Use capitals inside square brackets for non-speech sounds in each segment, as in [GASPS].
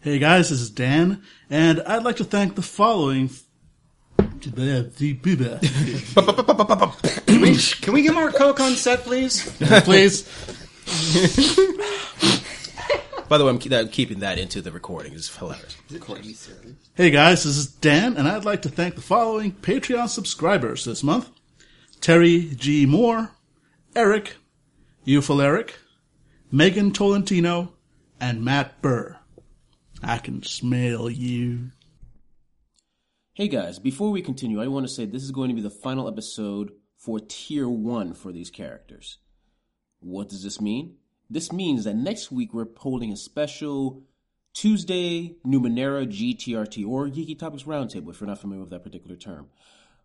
Hey guys, this is Dan, and I'd like to thank the following. Can we, can we get more Coke on set, please? [LAUGHS] Please. By the way, I'm, ke- I'm keeping that into the recording. It's hilarious. Hey guys, this is Dan, and I'd like to thank the following Patreon subscribers this month Terry G. Moore, Eric, Euful Eric, Megan Tolentino, and Matt Burr. I can smell you. Hey guys, before we continue, I want to say this is going to be the final episode for Tier 1 for these characters. What does this mean? This means that next week we're holding a special Tuesday Numenera GTRT or Geeky Topics Roundtable, if you're not familiar with that particular term.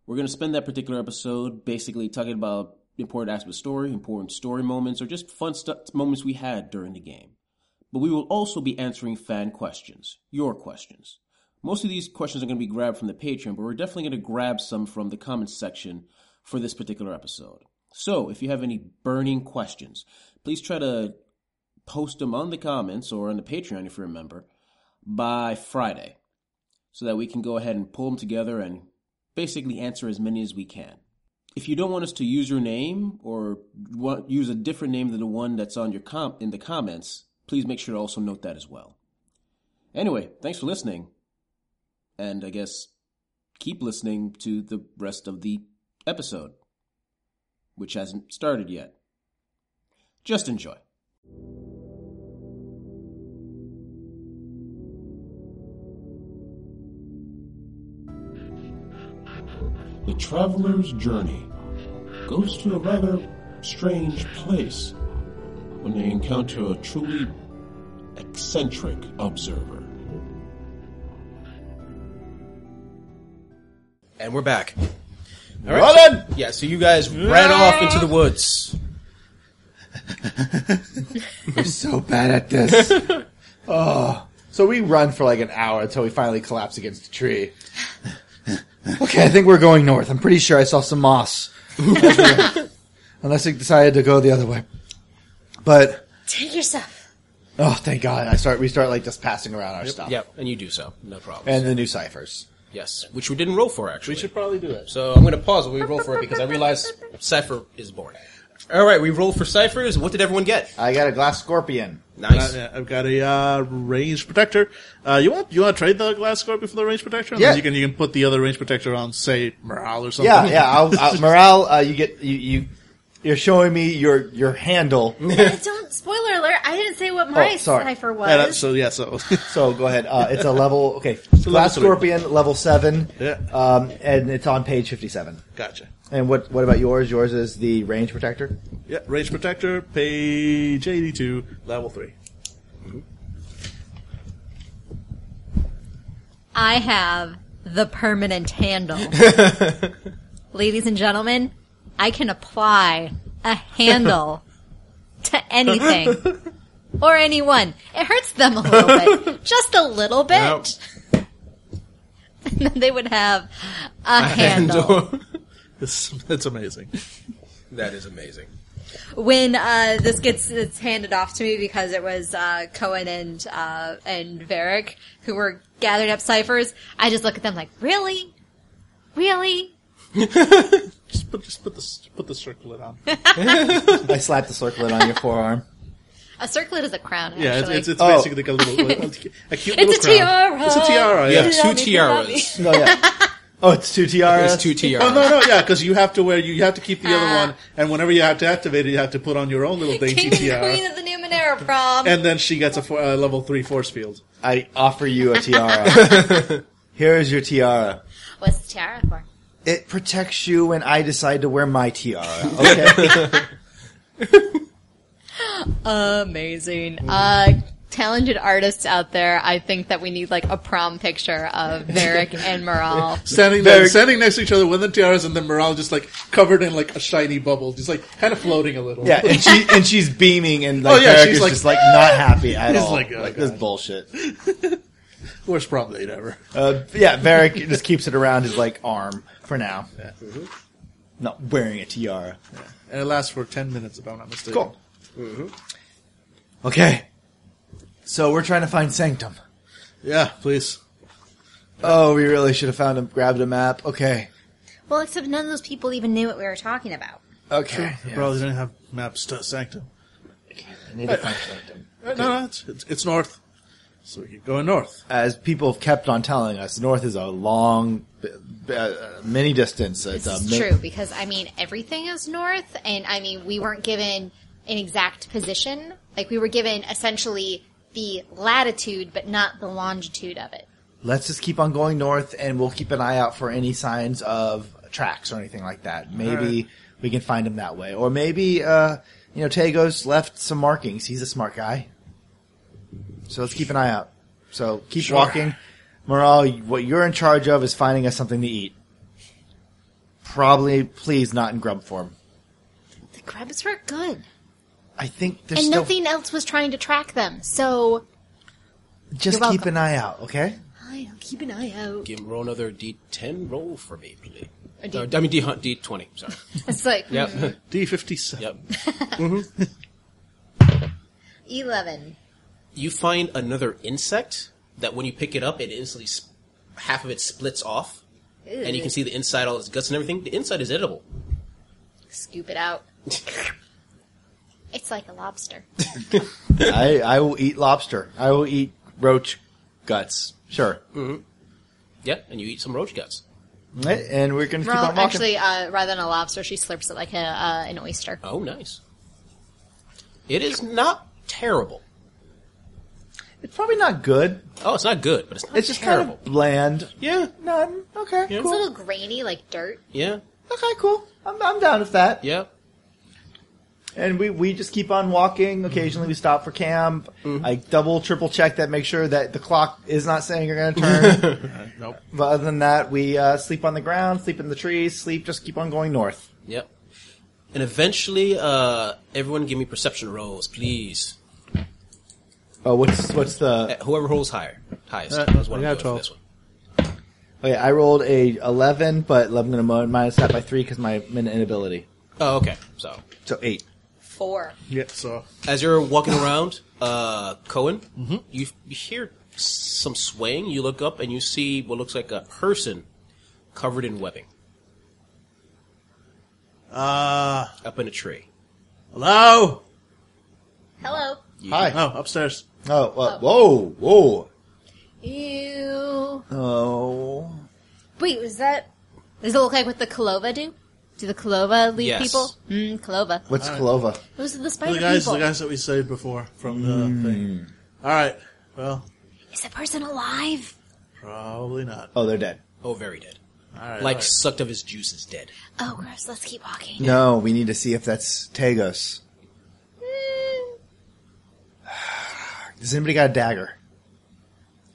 We're going to spend that particular episode basically talking about important aspects of the story, important story moments, or just fun stuff, moments we had during the game. But we will also be answering fan questions, your questions. Most of these questions are going to be grabbed from the Patreon, but we're definitely going to grab some from the comments section for this particular episode. So, if you have any burning questions, please try to post them on the comments or on the Patreon if you're a member by Friday so that we can go ahead and pull them together and basically answer as many as we can. If you don't want us to use your name or want, use a different name than the one that's on your com- in the comments, please make sure to also note that as well. Anyway, thanks for listening and I guess keep listening to the rest of the episode, which hasn't started yet. Just enjoy. The traveler's journey goes to a rather strange place when they encounter a truly eccentric observer. And we're back. All right. Running! yeah, so you guys ran off into the woods. I'm so bad at [LAUGHS] this. Uh. oh. So we run for like an hour until we finally collapse against a tree. Okay, I think we're going north. I'm pretty sure I saw some [LAUGHS] moss. Unless we decided to go the other way. But Take yourself. oh thank God. I start we start like just passing around our stuff. Yep, and you do so. No problem. And the new ciphers. yes, which we didn't roll for, actually. probably do that. so I'm going to pause while we roll for it because I realize Cypher is born. All right, we roll for Cyphers. What did everyone get? I got a glass scorpion. Nice. I've got a uh, range protector. Uh, you want you want to trade the glass scorpion for the range protector? And then Yeah. you can you can put the other range protector on, say morale or something. Yeah, yeah. [LAUGHS] I'll, I'll, morale. Uh, you get you, you. You're showing me your your handle. Mm. I don't. Spoiler alert! I didn't say what my Oh, sorry. cipher was. Yeah, that- uh, so yeah, so [LAUGHS] So go ahead. Uh, it's a level. Okay, glass three. scorpion level seven. Yeah. Um, and it's on page fifty-seven. gotcha. And what what about yours? Yours is the range protector. Yeah, range protector, page eighty-two, level three. I have the permanent handle. Ladies and gentlemen, I can apply a handle to anything or anyone. It hurts them a little bit, just a little bit. [LAUGHS] and then they would have a, [LAUGHS] handle. uh, It's it's amazing. that is amazing. When uh, this gets it's handed off to me because it was uh, Cohen and uh, and Varick who were gathering up ciphers, I just look at them like, really, really. Just put just put the put the circlet [LAUGHS] on. I slapped the circlet on [LAUGHS] your forearm. A circlet is a crown. Actually. Yeah, it's it's, it's Oh. basically like a little a cute little [LAUGHS] It's a crown. tiara. It's a tiara. You Yeah. have Love two me, love [LAUGHS] me. tiaras. No, yeah. Oh, it's two tiaras. There's two Oh tiaras. no no yeah because you have to wear you have to keep the other one and whenever you have to activate it you have to put on your own little dainty Ah. King and queen tiara of the Numenera prom. and then she gets a four, uh, level three force field. I offer you a tiara. [LAUGHS] Here is your tiara. What's the tiara for? It protects you when I decide to wear my tiara. [LAUGHS] Okay. Amazing. Mm. Uh, talented artists out there, I think that we need like a prom picture [LAUGHS] of Varric and Moral. Standing there, standing next to each other with the tiaras and the morale just like covered in like a shiny bubble, just like kind of floating a little. yeah, and she and she's beaming and like Oh, yeah, Eric she's is like- just like not happy [LAUGHS] at It's all. like, oh, this God. bullshit. [LAUGHS] worst prom date ever. Uh, yeah, Varric just keeps it around his like arm for now. Mm-hmm. Not wearing a tiara. And it lasts for ten minutes if I'm not mistaken. Cool. Okay. So we're trying to find Sanctum. Yeah, please. Oh, we really should have found him, grabbed a map. Okay. Well, except none of those people even knew what we were talking about. Okay. Yeah. Probably didn't have maps to Sanctum. I need to find something. Uh, No, no, it's, it's, it's north. So we keep going north. As people have kept on telling us, north is a long, b- b- uh, many distance. It's This a is mi- true because I mean everything is north, and I mean we weren't given an exact position. Like we were given essentially the latitude, but not the longitude of it. Let's just keep on going north, and we'll keep an eye out for any signs of tracks or anything like that. Maybe we can find him that way, or maybe uh, you know Tago's left some markings. He's a smart guy, so let's keep an eye out. So keep walking, Morale. What you're in charge of is finding us something to eat. Probably, please not in grub form. The grubs were good, I think there's and still nothing else was trying to track them. So just You're keep welcome. an eye out, okay? I'll keep an eye out. Give roll another D10 roll for me, please. A D- No, I mean D hunt D20. [LAUGHS] Sorry. It's like Yep. D57. yep. eleven. You find another insect that when you pick it up, it instantly sp- half of it splits off, and you can see the inside, all its guts and everything. The inside is edible. Scoop it out. it's like a lobster. I, I will eat lobster. I will eat roach guts. Sure. Yep. And you eat some roach guts. Right, and we're going to keep Well, on walking. actually, uh, rather than a lobster, she slurps it like a uh, an oyster. Oh, nice. It is not terrible. it's probably not good. Oh, it's not good, but it's not It's just terrible. kind of bland. Yeah. None. Okay, Yeah. It's a cool. little grainy, like dirt. Yeah. Okay, cool. I'm, I'm down with that. Yeah. And we, we just keep on walking. Occasionally we stop for camp. Mm-hmm. I double, triple check that, make sure that the clock is not saying you're going to [LAUGHS] turn. Uh, Nope. but other than that, we uh, sleep on the ground, sleep in the trees, sleep, just keep on going north. Yep. And eventually, uh, everyone give me perception rolls, please. Oh, what's what's the Uh, Whoever rolls higher, highest. Uh, is what I got I'm going for 12. this one. Okay, oh I rolled a eleven, but I'm going to minus that by three because my min- inability. Oh, okay. So, So eight. Four. Yeah, so as you're walking around, uh, Cohen, Mm-hmm. you, you hear some swaying. You look up and you see what looks like a person covered in webbing Uh, up in a tree. hello? Hello. Hi. Uh, Oh, upstairs. Oh, uh, whoa, whoa. Ew. Oh, Wait, was that? Does it look like what the Kalova do? Do the Kalova lead Yes. people? Mm, Kalova. what's Uh, Clova? Those are the The spider guys, people. the guys that we saved before from the thing. All right. Well, Is that person alive? probably not. Oh, they're dead. Oh, very dead. All right. Like all right. sucked of his juices, dead. Oh, gross. Let's keep walking. No, we need to see if that's Tagos. [SIGHS] Mm, Does anybody got a dagger?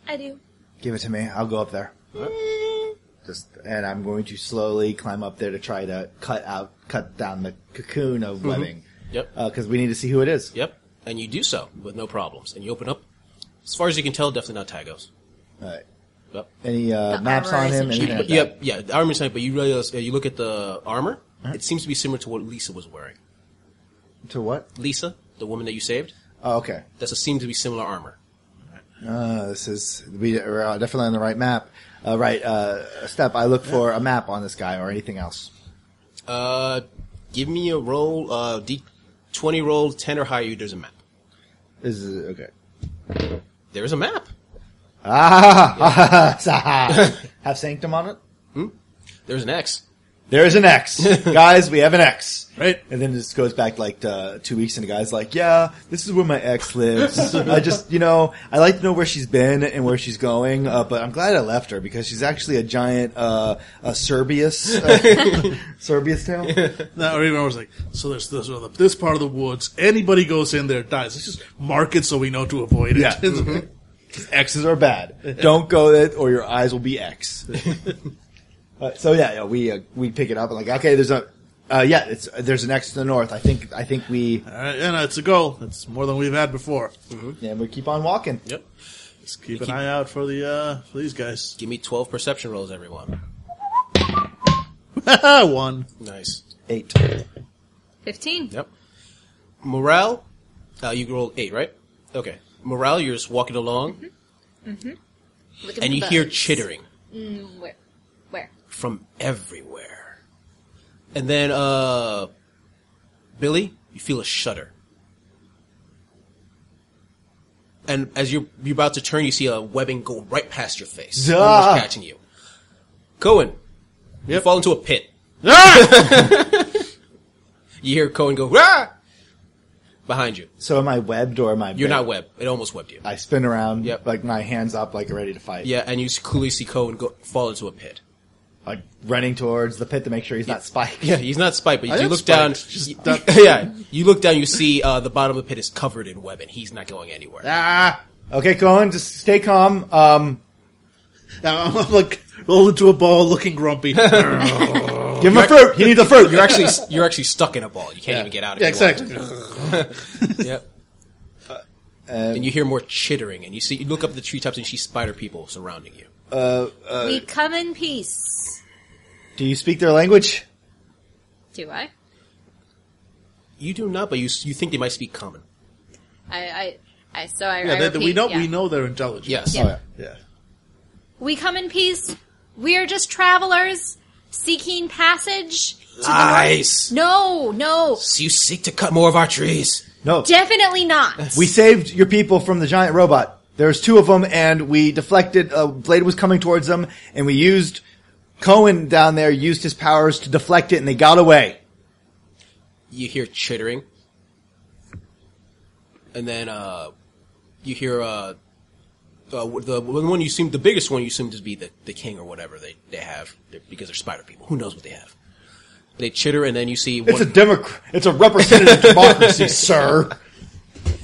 I do. Give it to me. I'll go up there. Mm, Just and I'm going to slowly climb up there to try to cut out, cut down the cocoon of webbing. Mm-hmm. Yep. Because we need to see who it is. Yep. And you do so with no problems. And you open up. As far as you can tell, definitely not Tagos. All right. Yep. Any uh, The maps armor on is a him? Anything cheat. like that? Yep, yeah, the armor's nice, but you realize uh, you look at the armor. It seems to be similar to what Lisa was wearing. To what? Lisa, the woman that you saved, Oh, okay. that's a seems to be similar armor. Uh, this is we are uh, definitely on the right map. Uh, right uh, step. I look for a map on this guy or anything else. Uh, give me a roll, uh, D twenty roll, ten or higher. There's a map. This is okay. There is a map. Ah, [LAUGHS] have sanctum on it. There's an X. [LAUGHS] There is an X, [LAUGHS] guys. We have an X. Right. And then this goes back like to two weeks, and the guy's like, "Yeah, this is where my ex lives. I just, you know, I like to know where she's been and where she's going. Uh, but I'm glad I left her because she's actually a giant, uh, a Serbius, uh, [LAUGHS] Serbius town. That, or even I was like, so there's this, or the, this part of the woods. Anybody goes in there dies. Let's just mark it so we know to avoid it. [LAUGHS] Yeah. X's are bad. Don't go there, or your eyes will be X. uh, so yeah, yeah, we uh, we pick it up and like, okay, there's a, uh, yeah, it's there's an X to the north. I think I think we All right. Yeah, no, it's a goal. It's more than we've had before. and we keep on walking. Yep. Let's keep an eye out for the uh for these guys. [LAUGHS] Give me twelve perception rolls, everyone. One. Nice. Eight. Fifteen. Yep. Morale, uh, you rolled eight, right? Okay. Morale, you're just walking along. Look at and the you hear bugs. Mm, chittering Where? Where? from everywhere. And then, uh, Billy, you feel a shudder. And as you're, you're about to turn, you see a webbing go right past your face. Duh. Almost catching you. Cohen, you fall into a pit. [LAUGHS] you hear Cohen go, "Rah!" behind you. So am I webbed or am I? You're bit? not webbed. It almost webbed you. I spin around, Yep. like my hands up, like ready to fight. Yeah, and you clearly see Cohen go, fall into a pit. Like running towards the pit to make sure he's not spiked. Yeah, he's not spiked, but I you am look spiked. down. Just you- not- [LAUGHS] yeah, you look down. You see uh, the bottom of the pit is covered in web, and he's not going anywhere. Ah. Okay, Cohen, just stay calm. Um, Now I'm like rolled into a ball, looking grumpy. give him a fruit. He needs a fruit. You're [LAUGHS] actually you're actually stuck in a ball. You can't even get out. If Yeah, you want. exactly. [LAUGHS] Yep. and you hear more chittering, and you see you look up at the treetops and you see spider people surrounding you. we come in peace. Do you speak their language? Do I? You do not, but you s- you think they might speak common. I, I, I so I. Yeah, I they- they- we repeat, know yeah. we know they're intelligent. Yes. Yeah. Yeah. We come in peace. We are just travelers seeking passage. Lies. No, no, So you seek to cut more of our trees. No. definitely not. we saved your people from the giant robot. There's two of them, and we deflected. A blade was coming towards them, and we used Cohen down there used his powers to deflect it, and they got away. You hear chittering, and then uh, you hear uh, uh, the one one you seem the biggest one you seem to be the, the king or whatever they they have they're, because they're spider people. Who knows what they have? They chitter, and then you see It's a one, [LAUGHS] democr- It's a [LAUGHS] representative democracy, sir.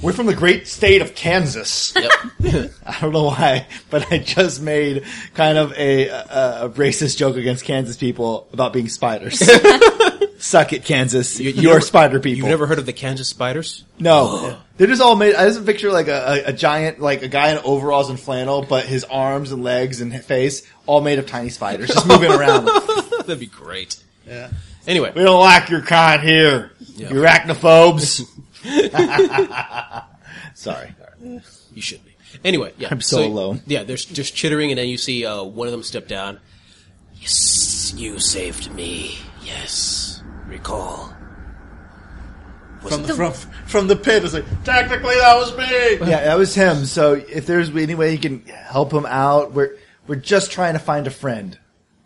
We're from the great state of Kansas. I don't know why, but I just made kind of a, a, a racist joke against Kansas people about being [LAUGHS] spiders. Suck it, Kansas. [LAUGHS] You, are never- spider people. You've never heard of the Kansas spiders? No, they're just all made. I just picture like a, a, a giant, like a guy in overalls and flannel, but his arms and legs and face all made of tiny spiders, just moving [LAUGHS] around. Like, That'd be great. Yeah. Anyway, we don't like your kind here, you [LAUGHS] arachnophobes. Sorry. you should be. Anyway, yeah. I'm so alone. Yeah, there's just chittering, and then you see uh, one of them step down. Yes, you saved me. Yes, recall. From the from, from the pit, it's like technically that was me. Yeah, that was him. So if there's any way you can help him out, we're we're just trying to find a friend.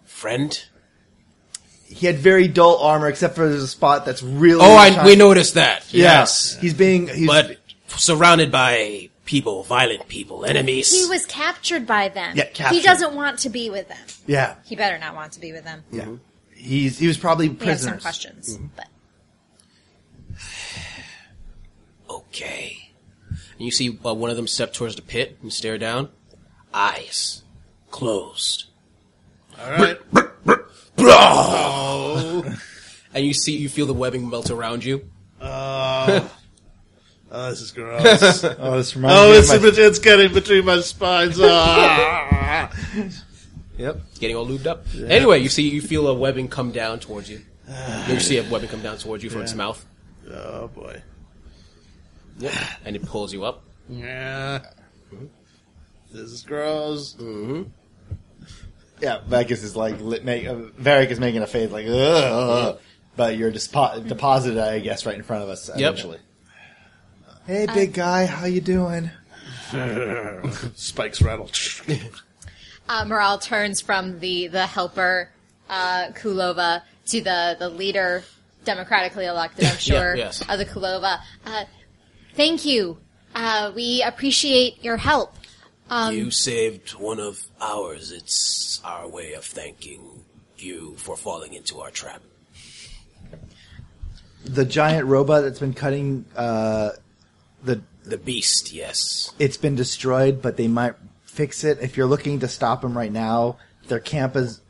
Friend? He had very dull armor, except for there's a spot that's really. Oh, I, shiny. we noticed that. Yeah. Yes. he's being. He's, But surrounded by people, violent people, enemies. He was captured by them. Yeah, captured. He doesn't want to be with them. yeah, He better not want to be with them. yeah. Mm-hmm. He's he was probably We have some prisoner. questions, but okay. And you see uh, one of them step towards the pit and stare down. Eyes closed. All right. Oh. And you see, you feel the webbing melt around you. Uh, oh, this is gross. Oh, this reminds oh, me of it's my- it's getting between my spines. Ah. Yep. Getting all lubed up. Anyway, you see, you feel a webbing come down towards you. you see a webbing come down towards you from its mouth. oh boy. Yep. And it pulls you up. Yeah. This is gross. Yeah, Vegas is like lit make, uh, Varric is making a face like, Ugh, but you're dispo- deposited, I guess, right in front of us. Eventually. Hey, big guy, how you doing? Spikes rattle. uh, Morale turns from the the helper uh, Kulova to the the leader, [LAUGHS] democratically elected, I'm sure, yes. of the Kulova. Uh, thank you. Uh, we appreciate your help. You saved one of ours. It's our way of thanking you for falling into our trap. The giant robot that's been cutting, uh, the The beast, yes. it's been destroyed, but they might fix it. If you're looking to stop them right now, their camp is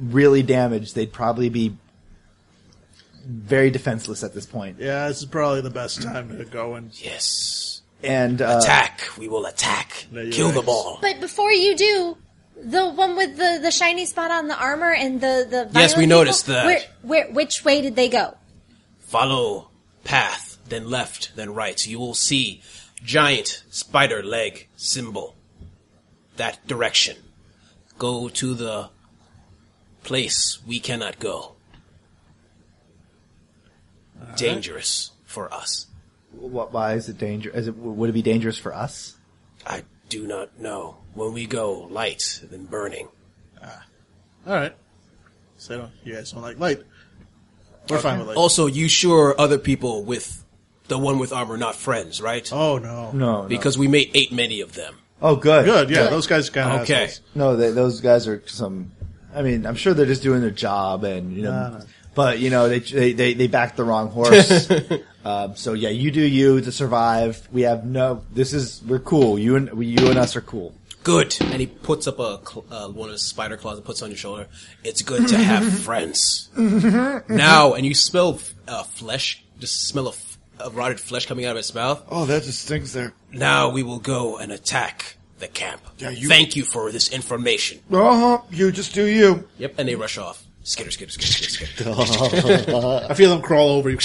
really damaged. They'd probably be very defenseless at this point. Yeah, this is probably the best time to go and Yes. And uh, Attack. We will attack. No, you're Kill right. them all. But before you do, the one with the, the shiny spot on the armor and the the Yes, violent we people, noticed that. Where, where, which way did they go? Follow path, then left, then right. You will see giant spider leg symbol. that direction. Go to the place we cannot go. Dangerous for us. What, why is it dangerous? Is it, would it be dangerous for us? I do not know. When we go, light then burning. All right. So they don't, you guys don't like light. We're fine with light. Also, you sure are other people with the one with armor not friends, right? oh no. No, no. Because we made eight many of them. oh, good, Good. Yeah, those guys kind of Okay. No, they, those guys are some. I mean, I'm sure they're just doing their job, and you know, but you know, they they they, they backed the wrong horse. [LAUGHS] um, so yeah, you do you to survive. We have no. This is we're cool. You and we, you and us are cool. Good. And he puts up a cl- uh, one of his spider claws and puts on your shoulder. It's good [LAUGHS] to have friends. now, and you smell uh, flesh, just smell of, of rotted flesh coming out of his mouth. Oh, that just stings there. Now we will go and attack the camp. Yeah, you- Thank you for this information. Uh huh. You just do you. Yep. And they rush off. Skitter, skitter, skitter, skitter, skitter. [LAUGHS] I feel them crawl [LAUGHS] over you.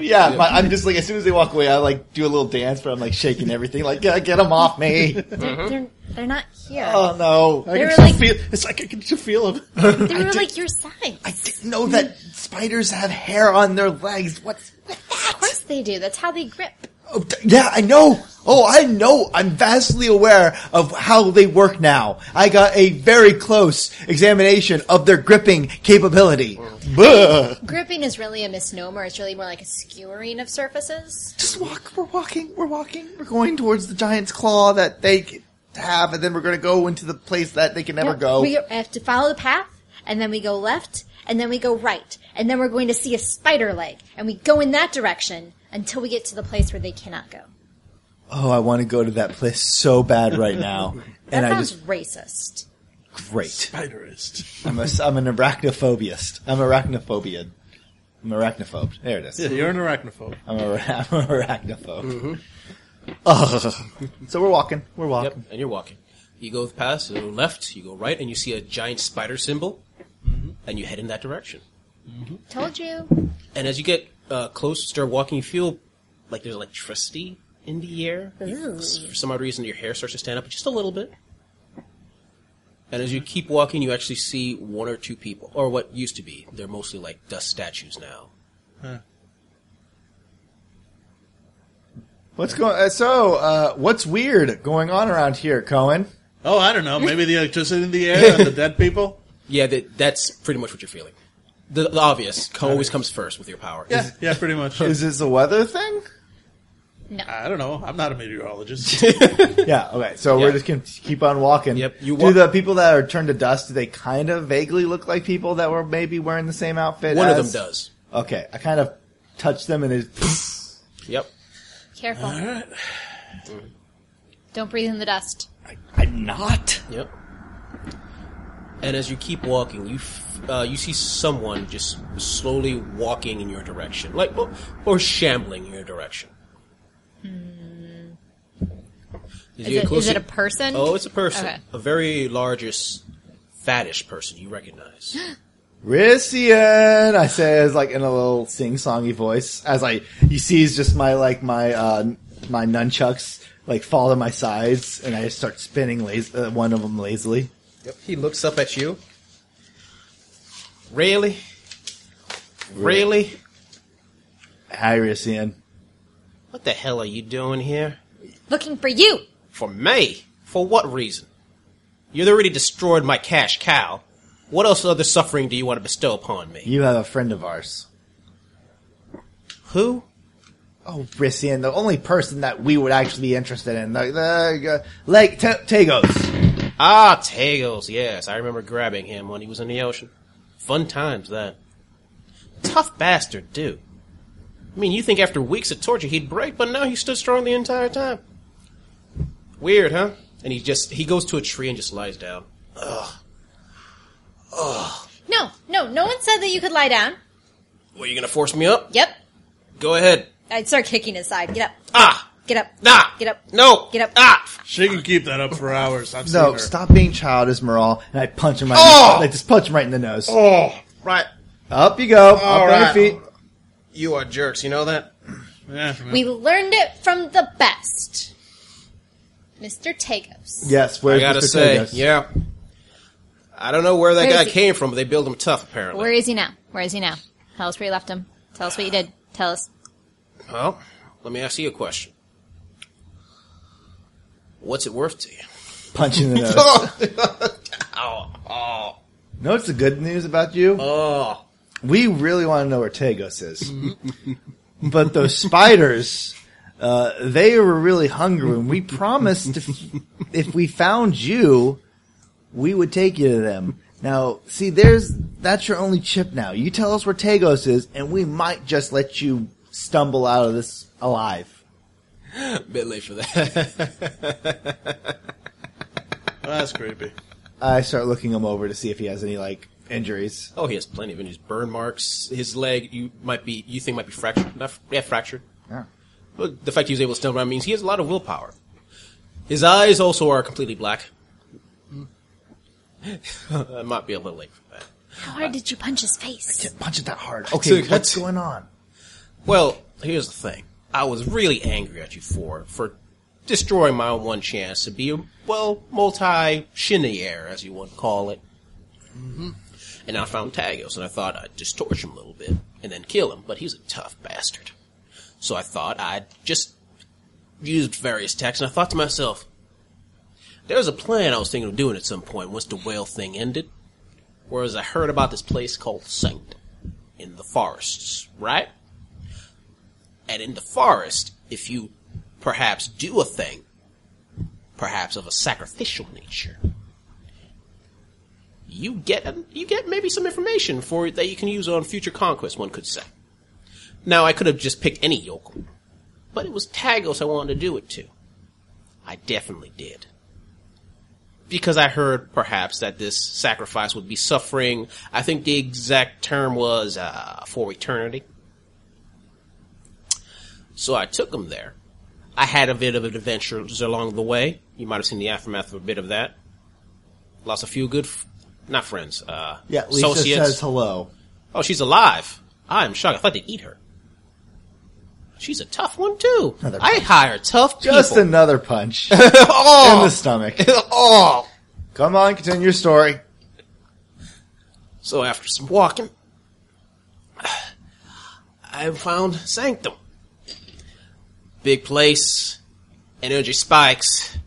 Yeah, my, I'm just like as soon as they walk away, I like do a little dance, but I'm like shaking everything, like get, get them off [LAUGHS] me. They're, Mm-hmm. they're, they're not here. oh no, I They can were still like- feel. It's like I can still feel them. they were like your size. I didn't know that spiders have hair on their legs. What's Of course they do. That's how they grip. Oh, d- yeah, I know. Oh, I know. I'm vastly aware of how they work now. I got a very close examination of their gripping capability. Buh. Gripping is really a misnomer. It's really more like a skewering of surfaces. Just walk. We're walking. We're walking. We're going towards the giant's claw that they c- have, and then we're going to go into the place that they can never Yep. go. We have to follow the path, and then we go left, and then we go right, and then we're going to see a spider leg, and we go in that direction until we get to the place where they cannot go. oh, I want to go to that place so bad right [LAUGHS] now, That and I sounds just racist. great. Spiderist. I'm a, s- I'm an arachnophobiast. I'm arachnophobian. I'm arachnophobe. There it [LAUGHS] is. [LAUGHS] Yeah, you're an arachnophobe. I'm [LAUGHS] a, I'm a arachnophobe. Mm-hmm. [LAUGHS] Ugh. So we're walking. We're walking. Yep. And you're walking. You go past, you go left, you go right, and you see a giant spider symbol, Mm-hmm. and you head in that direction. Told you. And as you get uh, close, start walking, you feel like there's electricity in the air. You- For some odd reason, your hair starts to stand up just a little bit. And as you keep walking, you actually see one or two people, or what used to be. They're mostly like dust statues now. What's going? Uh, so uh, what's weird going on around here, Cohen? Oh, I don't know. Maybe the electricity in the air and the dead people. Yeah, that, that's pretty much what you're feeling. The, the obvious co- always comes first with your power. Yeah, yeah, pretty much. [LAUGHS] Is this a weather [LAUGHS] thing? No. I don't know. I'm not a meteorologist. [LAUGHS] Yeah. Okay. So we're Yeah. just gonna keep on walking. Yep, you do walk- the people that are turned to dust? Do they kind of vaguely look like people that were maybe wearing the same outfit? One of them as- does. Okay. I kind of touch them and [LAUGHS] it's Yep. Careful. Don't breathe in the dust. I'm not. Yep. And as you keep walking, you f- uh, you see someone just slowly walking in your direction, like or, or shambling in your direction. As Hmm. Is you get it, is closer- it a person? Oh, it's a person, Okay. a very largest, fattish person [GASPS] you recognize. Rissian, I says like in a little sing-songy voice as I you sees just my like my uh my nunchucks like fall to my sides and I just start spinning laz- uh, one of them lazily. yep. He looks up at you. Really, really, Hi Rissian. what the hell are you doing here? Looking for you. For me? For what reason? You've already destroyed my cash cow. What else other suffering do you want to bestow upon me? You have a friend of ours. Who? Oh, Rissian, the only person that we would actually be interested in. The, the uh, like t- Tagos. Ah, Tagos, yes, I remember grabbing him when he was in the ocean. Fun times, that. Tough bastard, too. I mean, you think after weeks of torture he'd break, but no, he stood strong the entire time. Weird, huh? And he just, he goes to a tree and just lies down. No, no, no one said that you could lie down. Well, you gonna force me up? Yep. Go ahead. I'd start kicking his side. Get up. Ah! Get up. Ah! Get up. No! Get up. Ah! she can keep that up for hours. I've seen No, her. stop being childish, Moral. And I punch him right. In the, I just punch him right in the nose. Oh! Right. Up you go. up right. on your feet. You are jerks, you know that? Yeah, We learned it from the best. Mr. Tagos. Yes, I where's gotta Mr. say, Tagos? yeah. I don't know where that Where guy is he? came from, but they build him tough, apparently. Where is he now? Where is he now? Tell us where you left him. Tell us what you did. Tell us. Well, let me ask you a question. What's it worth to you? [LAUGHS] Punch in [LAUGHS] the nose. [LAUGHS] No, it's the good news about you. Oh, we really want to know where Tagos is. but those spiders, uh, they were really hungry, and we promised if, if we found you, we would take you to them. Now, see, there's that's your only chip now. You tell us where Tagos is, and we might just let you stumble out of this alive. a bit late for that. [LAUGHS] That's creepy. I start looking him over to see if he has any like injuries. oh, he has plenty of injuries, burn marks. His leg, you might be, you think might be fractured. Not, fr- yeah, fractured. Yeah. But the fact he was able to stumble around means he has a lot of willpower. His eyes also are completely black. [LAUGHS] I might be a little late for that. How hard did you punch his face? Punch it that hard. Okay, what's going on? Well, here's the thing. I was really angry at you for for destroying my one chance to be a well multi shinnier as you would call it. Mm-hmm. And I found Tagos, and I thought I'd just torch him a little bit and then kill him. But he's a tough bastard, so I thought I'd just used various tactics. And I thought to myself, there's a plan I was thinking of doing at some point once the whale thing ended. Whereas I heard about this place called Sanctum in the forests, right? And in the forest, if you perhaps do a thing, perhaps of a sacrificial nature, you get you get maybe some information for that you can use on future conquest. One could say. Now I could have just picked any yokel, but it was Tagos I wanted to do it to. I definitely did. Because I heard perhaps that this sacrifice would be suffering. I think the exact term was uh, for eternity. So I took him there. I had a bit of adventures along the way. You might have seen the aftermath of a bit of that. Lost a few good, f- not friends, uh, Yeah, Lisa associates. says hello. Oh, she's alive. I am shocked. I thought they'd eat her. She's a tough one too. Another I hire tough people. Just another [LAUGHS] punch in [LAUGHS] oh, the [LAUGHS] stomach. oh. Come on, continue your story. So after some walking, I found Sanctum. Big place, energy spikes.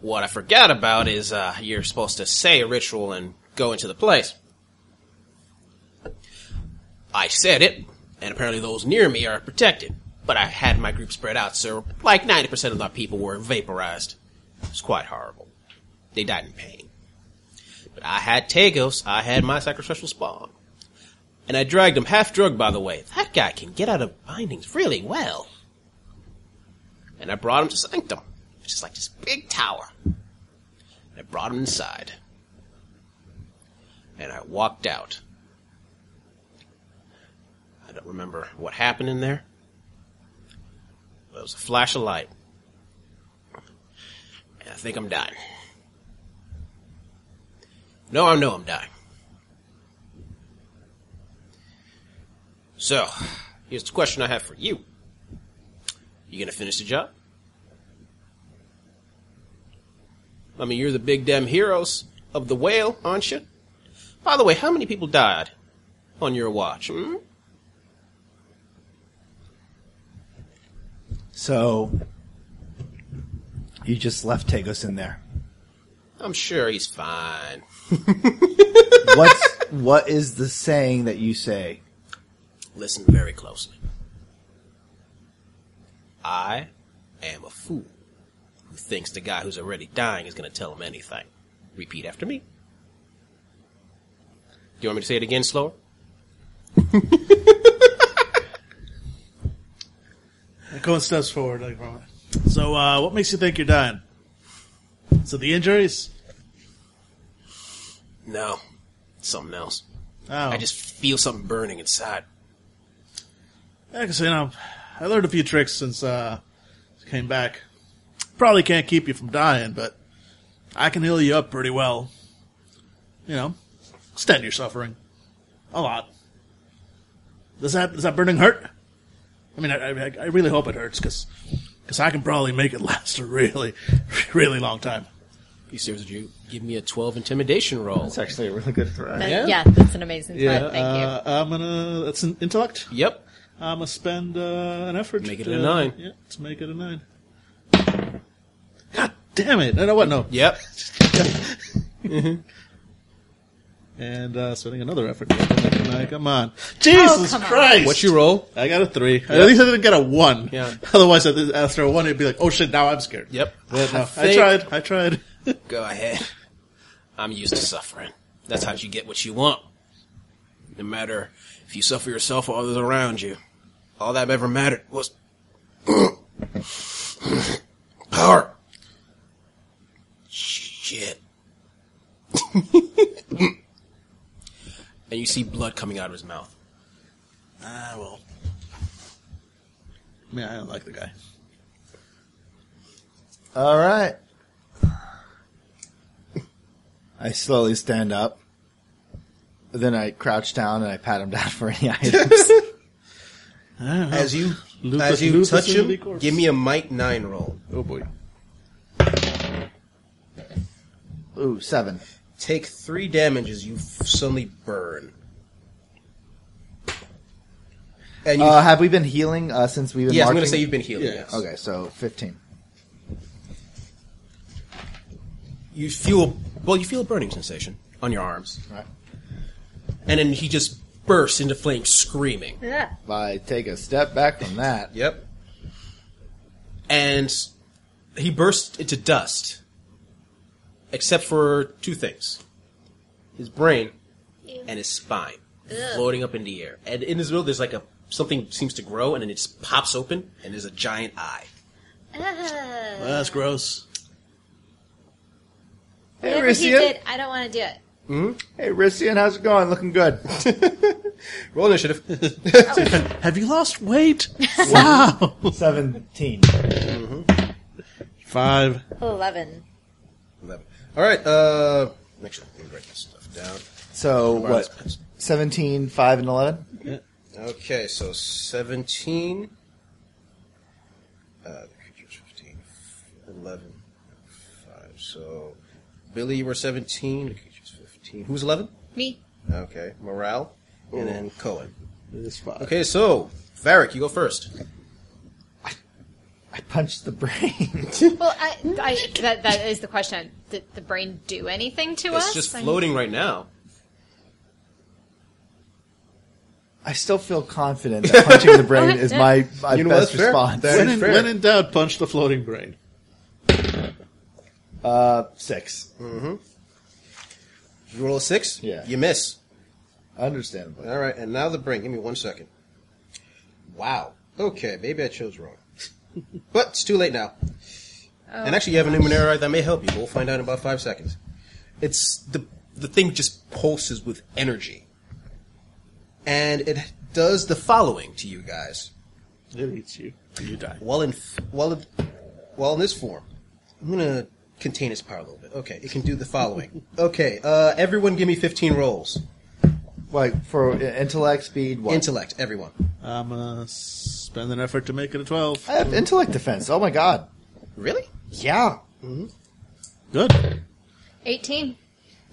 What I forgot about is uh, you're supposed to say a ritual and go into the place. I said it, and apparently those near me are protected. But I had my group spread out, so like 90% of our people were vaporized. It was quite horrible. They died in pain. I had Tagos. I had my sacrificial spawn. And I dragged him half drugged, by the way. That guy can get out of bindings really well. And I brought him to Sanctum, which is like this big tower. And I brought him inside. And I walked out. I don't remember what happened in there. But it was a flash of light. And I think I'm dying. No, I know I'm dying. So, here's the question I have for you. You gonna finish the job? I mean, you're the big damn heroes of the whale, aren't you? By the way, how many people died on your watch? Hmm? So you just left Tagos in [LAUGHS] there. I'm sure he's fine. What's what is the saying that you say? Listen very closely. I am a fool who thinks the guy who's already dying is going to tell him anything. Repeat after me. Do you want me to say it again slower? Cohen steps forward. Like, from it. so, uh, what makes you think you're dying? So the injuries? No. Something else. Oh. I just feel something burning inside. Yeah, 'cause, you know, I learned a few tricks since uh, I came back. Probably can't keep you from dying, but I can heal you up pretty well. You know, extend your suffering a lot. Does that does that burning hurt? I mean, I, I, I really hope it hurts because because I can probably make it [LAUGHS] last a really, really long time. You see, would you give me a 12 intimidation roll? It's actually a really good threat. That- Yeah. yeah. that's an amazing Yeah, thought. Thank uh, I'm gonna. That's an intellect. Yep. I'm gonna spend uh, an effort. Make it to- a nine. Yeah, let's make it a nine. God damn it! No, no, what? No. Yep. And uh, spending another effort. to make it a nine. Come on, Jesus Oh, come on. Christ! What's your roll? I got a three. At least I didn't get a one. Yeah. [LAUGHS] Otherwise, I'd- after a one, it'd be like, oh shit, now I'm scared. Yep. But no, I I, think- tried. I tried. Go ahead. I'm used to suffering. That's how you get what you want. No matter if you suffer yourself or others around you. All that ever mattered was [COUGHS] power. Shit. [LAUGHS] and you see blood coming out of his mouth. Ah, well. Man, I don't like the guy. All right. I slowly stand up. Then I crouch down and I pat him down [LAUGHS] for any [LAUGHS] items. As you Lupus- as you lupus touch is him, the corpse. give me a Mike nine roll. Oh boy. Ooh, seven. Take three damage as you f- suddenly burn. And you, Uh, have we been healing uh, since we've been yes, I'm marching? going to say you've been healing. Yeah. Yes. Okay, so 15. You feel well. You feel a burning sensation on your arms, All right. and then he just bursts into flame, screaming. you. Yeah. I take a step back from that. Yep. And he bursts into dust, except for two things his brain and his spine floating up in the air. And in his middle, there's like a something seems to grow, and then it just pops open, and there's a giant eye. Well, that's gross. Hey, Whatever he Rissian. did, I don't want to do it. [LAUGHS] Hey, Rissian, how's it going? Looking good. Roll initiative. Have you lost weight? wow. 17. Five. Eleven. Eleven. All right. Uh, make sure let me write this stuff down. So, Borrow what? this pencil. 17, 5, and 11? Okay, so 17. Uh, the creature's 15. 11. 5. So, Billy, you were 17. The creature's 15. Who's 11? Me. Okay, Morale. And then Cohen. It's five. Okay, so, Varric, you go first. I punched the brain. [LAUGHS] Well, I, I, that, that is the question. Did the brain do anything to us? It's just I mean, floating right now. I still feel confident that punching the brain is my, my You know what, best that's fair. response. That- When is in, fair. when in doubt, punch the floating brain. Uh, 6. You roll a 6? Yeah. You miss. Understandable. All right, and now the brain. Give me one second. Wow. Okay, maybe I chose wrong. [LAUGHS] but it's too late now. and actually, you have an Numenera that may help you. but We'll find out in about five seconds. It's the the thing just pulses with energy, and it does the following to you guys. It eats you. You die. While in f- while in, while in this form, I'm gonna contain its power a little bit. Okay, it can do the [LAUGHS] following. okay, uh, everyone, give me 15 rolls. Like, for i- intellect, speed, what? Intellect, everyone. I'm gonna spend an effort to make it a 12. I have intellect defense. Oh my god. Really? Yeah. Good. 18.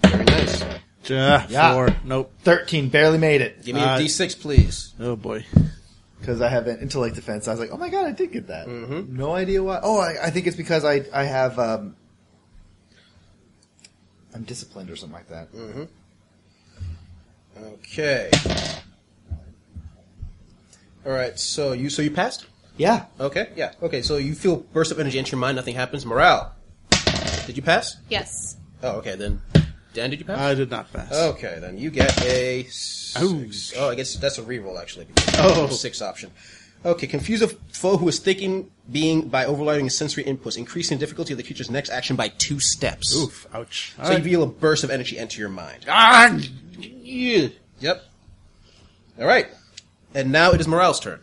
Very nice. Ja, Yeah. Four. Nope. 13. Barely made it. Give me Uh, a d6, please. Oh boy. Because I have an intellect defense. I was like, oh my god, I did get that. No idea why. Oh, I, I think it's because I, I have, um, I'm disciplined or something like that. Okay. All right. So you so you passed. Yeah. Okay. Yeah. Okay. So you feel burst of energy enter your mind. Nothing happens. Morale. Did you pass? Yes. Oh, okay. Then Dan, did you pass? I did not pass. okay. Then you get a six. Ouch. Oh, I guess that's a reroll actually. Because Oh. Six option. Okay. Confuse a foe who is thinking being by overloading his sensory inputs, increasing the difficulty of the creature's next action by two steps. Oof. Ouch. So you feel a burst of energy enter your mind. Ah, yeah. Yep. All right. And now it is Morale's turn.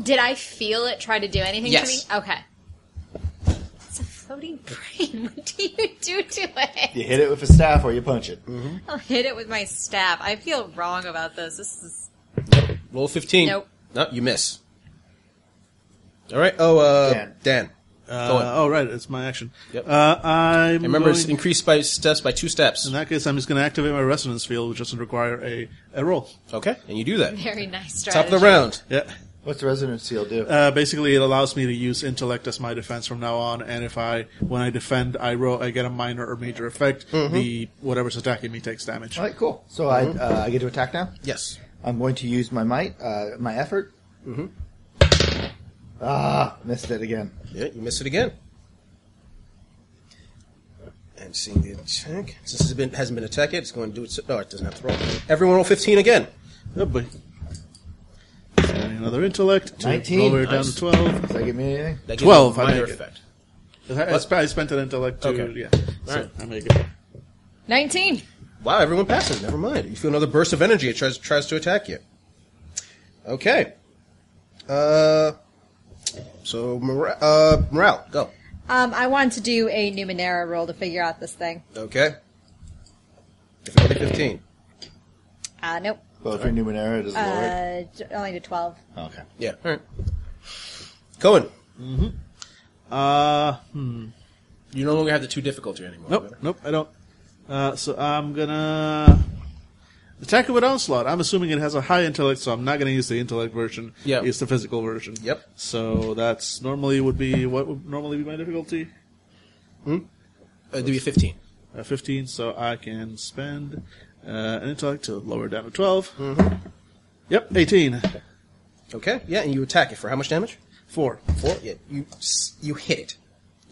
Did I feel it try to do anything Yes. to me? Oh. Okay. It's a floating brain. What do you do to it? You hit it with a staff or you punch it. I'll hit it with my staff. I feel wrong about this. This is Roll 15. Nope. No, you miss. All right. Oh, uh, Dan. Dan. Go Uh, on. oh, right, it's my action. Yep. Uh, I'm. And remember, going- it's increased by steps by two steps. in that case, I'm just going to activate my resonance field, which doesn't require a, a roll. Okay, and you do [LAUGHS] that. Very nice Top strategy. of the round. Yeah. What's the resonance seal do? Uh, basically, it allows me to use intellect as my defense from now on, and if I, when I defend, I roll, I get a minor or major effect. Mm-hmm. The whatever's attacking me takes damage. All right, cool. So I uh, I get to attack now. Yes. I'm going to use my might, uh, my effort. Mm-hmm. Ah, missed it again. Yeah, you miss it again. And seeing the attack. Since it hasn't been attacked yet, it's going to do its. No, it doesn't have to roll. Everyone roll 15 again. Oh boy. And another intellect. To 19. Lower it down Nice. to twelve. Does that give me anything? That gives 12, you a I minor make it. effect. I, I sp- I spent an intellect to Okay. yeah. So I make it. 19. Wow, everyone passes. Never mind. You feel another burst of energy. It tries tries to attack you. Okay. Uh. So mora- uh, morale, go. Um, I want to do a Numenera roll to figure out this thing. Okay. Difficulty fifteen. Uh, nope. Both are Numenera. Does lower Uh, j- only to 12. it? Okay. Yeah. All right. Cohen, Mm-hmm. Uh, you no longer have the two difficulty anymore. nope, nope, I don't. Uh, so I'm gonna attack it with onslaught. I'm assuming it has a high intellect, so I'm not gonna use the intellect version. Yeah. use the physical version. Yep. So that's normally would be what would normally be my difficulty. Uh, it'd be fifteen. uh, 15, so I can spend uh, an intellect to lower it down to 12. Mm-hmm. Yep, 18. Okay. Yeah, and you attack it for how much damage? 4. Four. Yeah. You s- you hit it.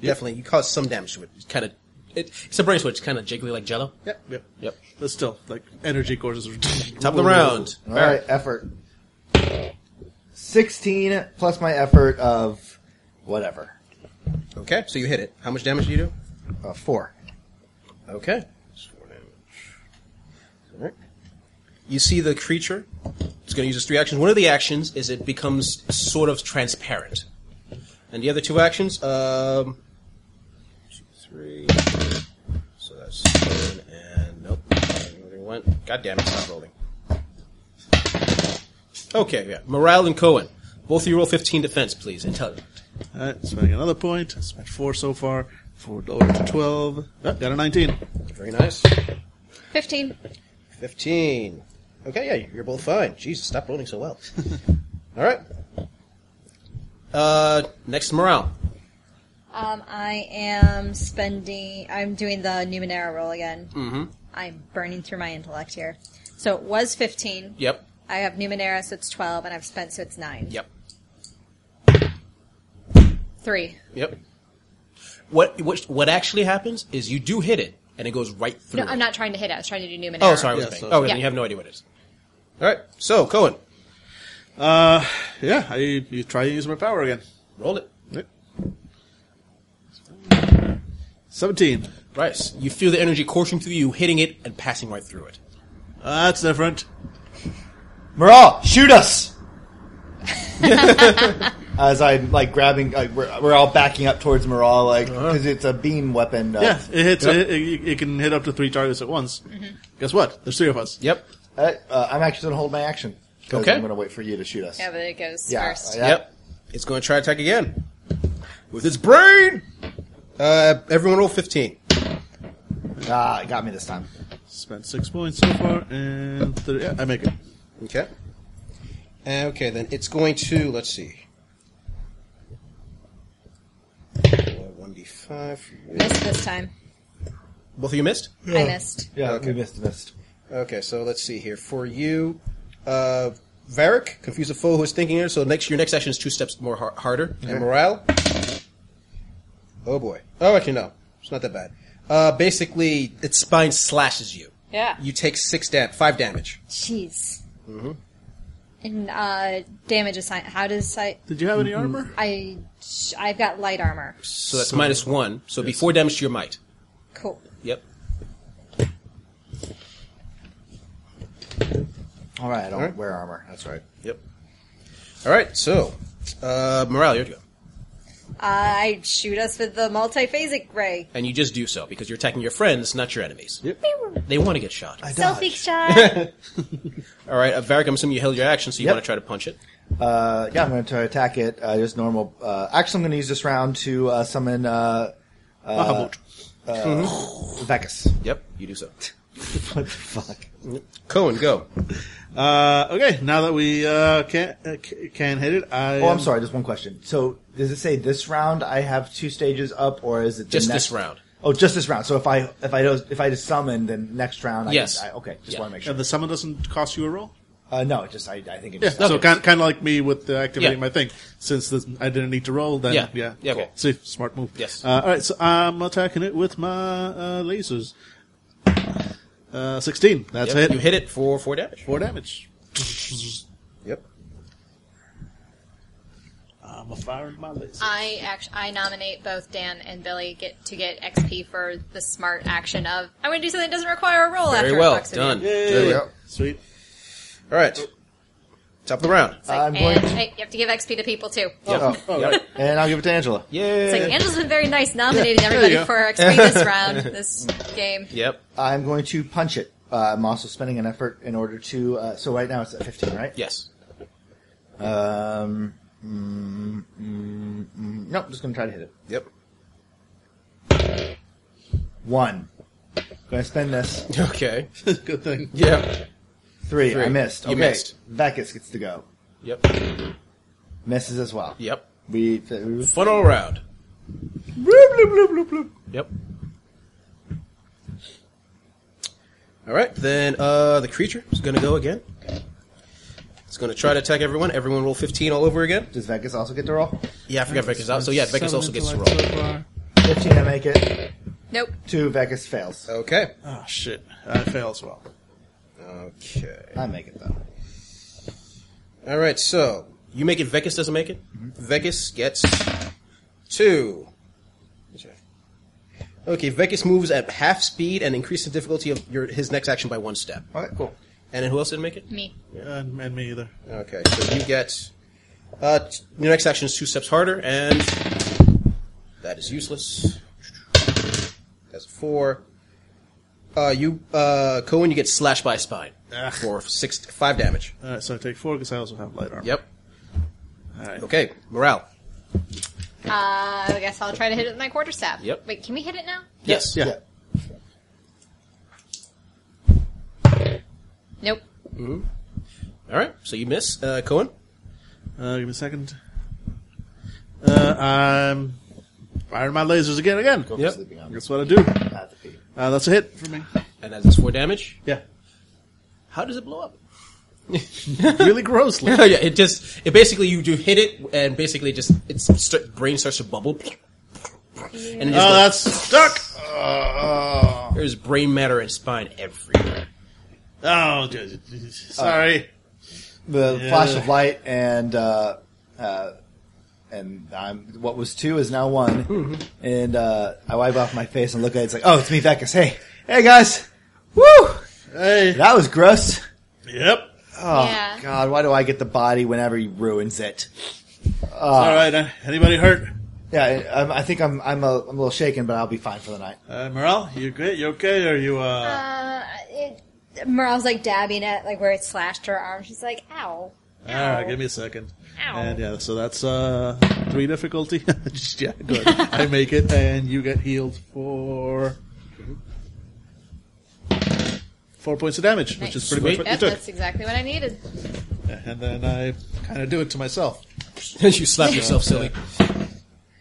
Definitely, you cause some damage to it. It's kind of it, it's a brain switch. It's kind of jiggly like jello. Yep, yep. Yep. But still, like, energy courses are. [LAUGHS] Top of the round. All right, effort. Sixteen plus my effort of whatever. Okay, so you hit it. How much damage do you do? Uh, four. Okay. It's four damage. All right. You see the creature. It's going to use its three actions. One of the actions is it becomes sort of transparent, and the other two actions, um, two, three. So that's seven and nope. Another one. God damn it! Stop rolling. Okay, yeah. Morale and Cohen. Both of you roll 15 defense, please. Intelligent. Alright, spending another point. I spent 4 so far. 4 lower to 12. Ah, got a 19. Very nice. 15. 15. Okay, yeah, you're both fine. Jesus, stop rolling [LAUGHS] so well. All right. Uh, next morale. Um, I am spending. I'm doing the Numenera roll again. Mm-hmm. I'm burning through my intellect here. So it was 15. Yep. I have Numenera, so it's 12, and I've spent, so it's 9. Yep. 3. Yep. What what what actually happens is you do hit it and it goes right through. No, it. I'm not trying to hit it. I was trying to do Numenera. Oh, sorry. I was Yeah, bang. so- oh, then Yeah. you have no idea what it is. All right. So Cohen, Uh, yeah, I you try to use my power again. roll it. Yep. 17. Rice, you feel the energy coursing through you, hitting it and passing right through it. Uh, That's different. Maral, shoot [LAUGHS] us! As I'm like grabbing, like, we're, we're all backing up towards Maral, like because it's a beam weapon. uh, Of, Yeah, it hits. Oh. Yep. It, it, it can hit up to three targets at once. Guess what? There's three of us. Yep. Uh, uh, I'm actually gonna hold my action. 'cause Okay. I'm gonna wait for you to shoot us. Yeah, but it goes Yeah, first. yeah. Yep. It's going to try to attack again with its brain. Uh, everyone roll fifteen. Ah, it got me this time. Spent six points so far, and th- yeah, I make it. Okay. Uh, Okay, then it's going to let's see. One d five. Missed this time. Both of you missed. I missed. Yeah, okay. we missed, missed. Okay, so let's see here for you, uh, Varric. Confuse a foe who is thinking it. So next, your next action is two steps more har- harder. And morale. Oh boy. Oh, actually no, it's not that bad. Uh, basically, its spine slashes you. Yeah. You take six dam- five damage. Jeez. Mm-hmm. And uh, damage assign. How does I? Did you have any armor? I I've got light armor. So that's minus one. So it'd be four damage to your might. Cool. Yep. All right, I don't right. wear armor. That's right. Yep. All right, so uh, morale, here you go, I shoot us with the multiphasic ray. and you just do so because you're attacking your friends, not your enemies. Yep. They want to get shot. Selfie shot. All right, uh, Varric, I'm assuming you held your action, so you Yep. want to try to punch it. Uh, yeah, I'm going to attack it. Uh, just normal. Uh, actually, I'm going to use this round to uh, summon uh, Mahabut. Vekas. Yep, you do so. [LAUGHS] what the fuck? Cohen, go. Uh, okay, now that we uh, can uh, c- can hit it, I Oh, am- Um, I'm sorry. Just one question. So, does it say this round I have two stages up, or is it the Just next- this round. Oh, just this round. So if I if I don't- if I just summon, then next round. I Yes. Can, I, okay. Just Yeah. want to make And sure. the summon doesn't cost you a roll. Uh, no, it just I, I think it Yeah, just. so kind kind of like me with the activating Yeah. my thing. Since this, I didn't need to roll, then Yeah. yeah, Yeah, okay. See, smart move. Yes. Uh, all right, so I'm attacking it with my uh, lasers. Uh, Sixteen. That's Yep, it. You hit it for four damage. four damage. Yep. I'm a firing my laser. [LAUGHS] I act- I nominate both Dan and Billy get to get XP for the smart action of I'm going to do something that doesn't require a roll after Very it well fucks it done. up." There we All go. Sweet. right, top of the round. It's like, I'm going and to- hey, you have to give XP to people too. Oh, and I'll give it to Angela. Yeah. It's like Angela's been very nice nominating everybody go. for XP [LAUGHS] this round, this game. Yep. I'm going to punch it. Uh, I'm also spending an effort in order to. Uh, so right now it's at 15, right? Yes. Um. Mm, mm, mm, nope. Just going to try to hit it. Yep. One. Going to spend this. [LAUGHS] [LAUGHS] Okay. Good thing. Yeah. Three. Three. I missed. You Okay. missed. Vekas gets to go. Yep. Misses as well. Yep. We. Fun all around. Bloop, bloop, bloop, bloop, bloop. Yep. All right, then uh, the creature is going to go again. It's going to try to attack everyone. Everyone roll 15 all over again. Does Vegas also get to roll? Yeah, I forgot Becca's out. So yeah, Becca's Seven also gets to roll. intellect so far. 15, I make it. Nope. Two, Vegas fails. Okay. Oh shit! I fail as well. Okay. I make it, though. All right, so you make it. Vegas doesn't make it. Mm-hmm. Vegas gets two. Okay, Vegas moves at half speed and increases the difficulty of your, his next action by one step. All right, cool. And then who else didn't make it? Me. And, and me either. Okay, so you get uh, t- your next action is two steps harder, and that is useless. That's a four. Uh, you, uh, Cohen, you get slashed by a spine for six, five damage. All right, Uh, so I take four because I also have light armor. Yep. All right. Okay, morale. Uh, I guess I'll try to hit it with my quarterstaff. Yep. Wait, can we hit it now? Yes. Yeah. Nope. All right. So you miss, uh, Cohen. Uh, give me a second. Uh, I'm firing my lasers again. Again. Yep. Sleeping on That's what I do. Uh, that's a hit for me. And that is four damage. Yeah. How does it blow up? Really Oh, grossly. [LAUGHS] yeah, it just [LAUGHS] it basically you do hit it and basically just its st- brain starts to bubble. And it just Oh, goes- that's stuck. Oh, there's brain matter and spine everywhere. oh, j- j- j- sorry. the Yeah. flash of light and uh, uh, and I'm what was two is now one, and uh, I wipe off my face and look at it. It's like, oh, it's me, Vekas. Hey, hey guys, woo! Hey. That was gross. Yep. Oh Yeah. God, why do I get the body whenever he ruins it? All right. Uh, anybody hurt? Yeah, I, I'm- I think I'm I'm a, I'm a little shaken, but I'll be fine for the night. Uh, Morel, you good? You okay? Are you? Uh... Uh, it, Morale's like dabbing at like where it slashed her arm. She's like, "Ow, All right. Give me a second. Ow. And yeah, so that's uh three difficulty. [LAUGHS] Just, yeah, good. [LAUGHS] I make it, and you get healed for four points of damage, which is pretty much Sweet. what Yep, you took. that's exactly what I needed." And then I kind of do it to myself. you slap yourself silly.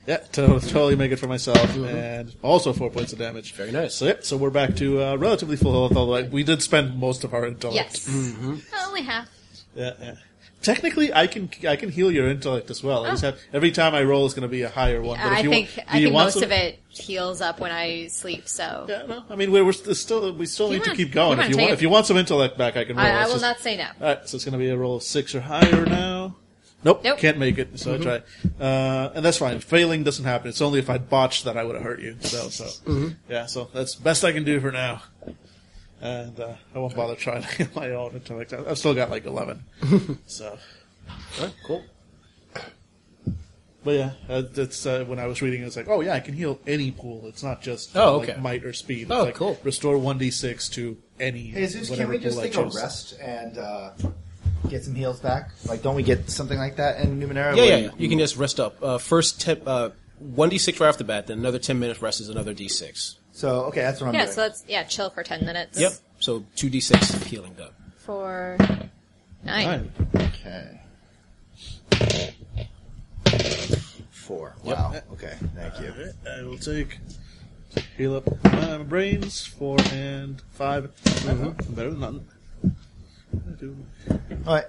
Yeah, to totally make it for myself, and also four points of damage. Mm-hmm. Very nice. So, yeah, so we're back to uh, relatively full health, although like, we did spend most of our intellect. Yes, Mm-hmm. only half. Yeah, yeah. Technically, I can I can heal your intellect as well. I just Oh. have every time I roll is going to be a higher one. I you think want, do I you think want most some- of it heals up when I sleep. So Yeah, no. I mean, we're, we're st- still we still You need to want- keep you going. wanna If you take want it- if you want some intellect back, I can roll. I, I It's will just- not say no. All right, so it's going to be a roll of six or higher now. Nope, Nope. can't make it. So I try, uh, and that's fine. Failing doesn't happen. It's only if I botched that I would have hurt you. So, so yeah. So that's best I can do for now. And uh, I won't bother trying [LAUGHS] to get my own intellect. I- I've still got like eleven. so, cool. but yeah, uh, that's uh, when I was reading. It was like, oh yeah, I can heal any pool. It's not just Oh, like, okay. might or speed. It's Oh, like, cool. Restore one d six to any. Hey, Zeus, whatever can we just pool I think of choose. rest and uh, get some heals back? Like, don't we get something like that in Numenera? Yeah, Where yeah, you- yeah. You can just rest up. Uh, first, ten, uh, one d six right off the bat. Then another ten minutes rest is another d six. So okay, that's what I'm Yeah, doing. so let's yeah chill for ten minutes. Yep. So two d six healing up. For nine. okay. Four. Wow. Okay. Thank you. I will take heal up my brains four and 5 I'm better than nothing. I do. All right.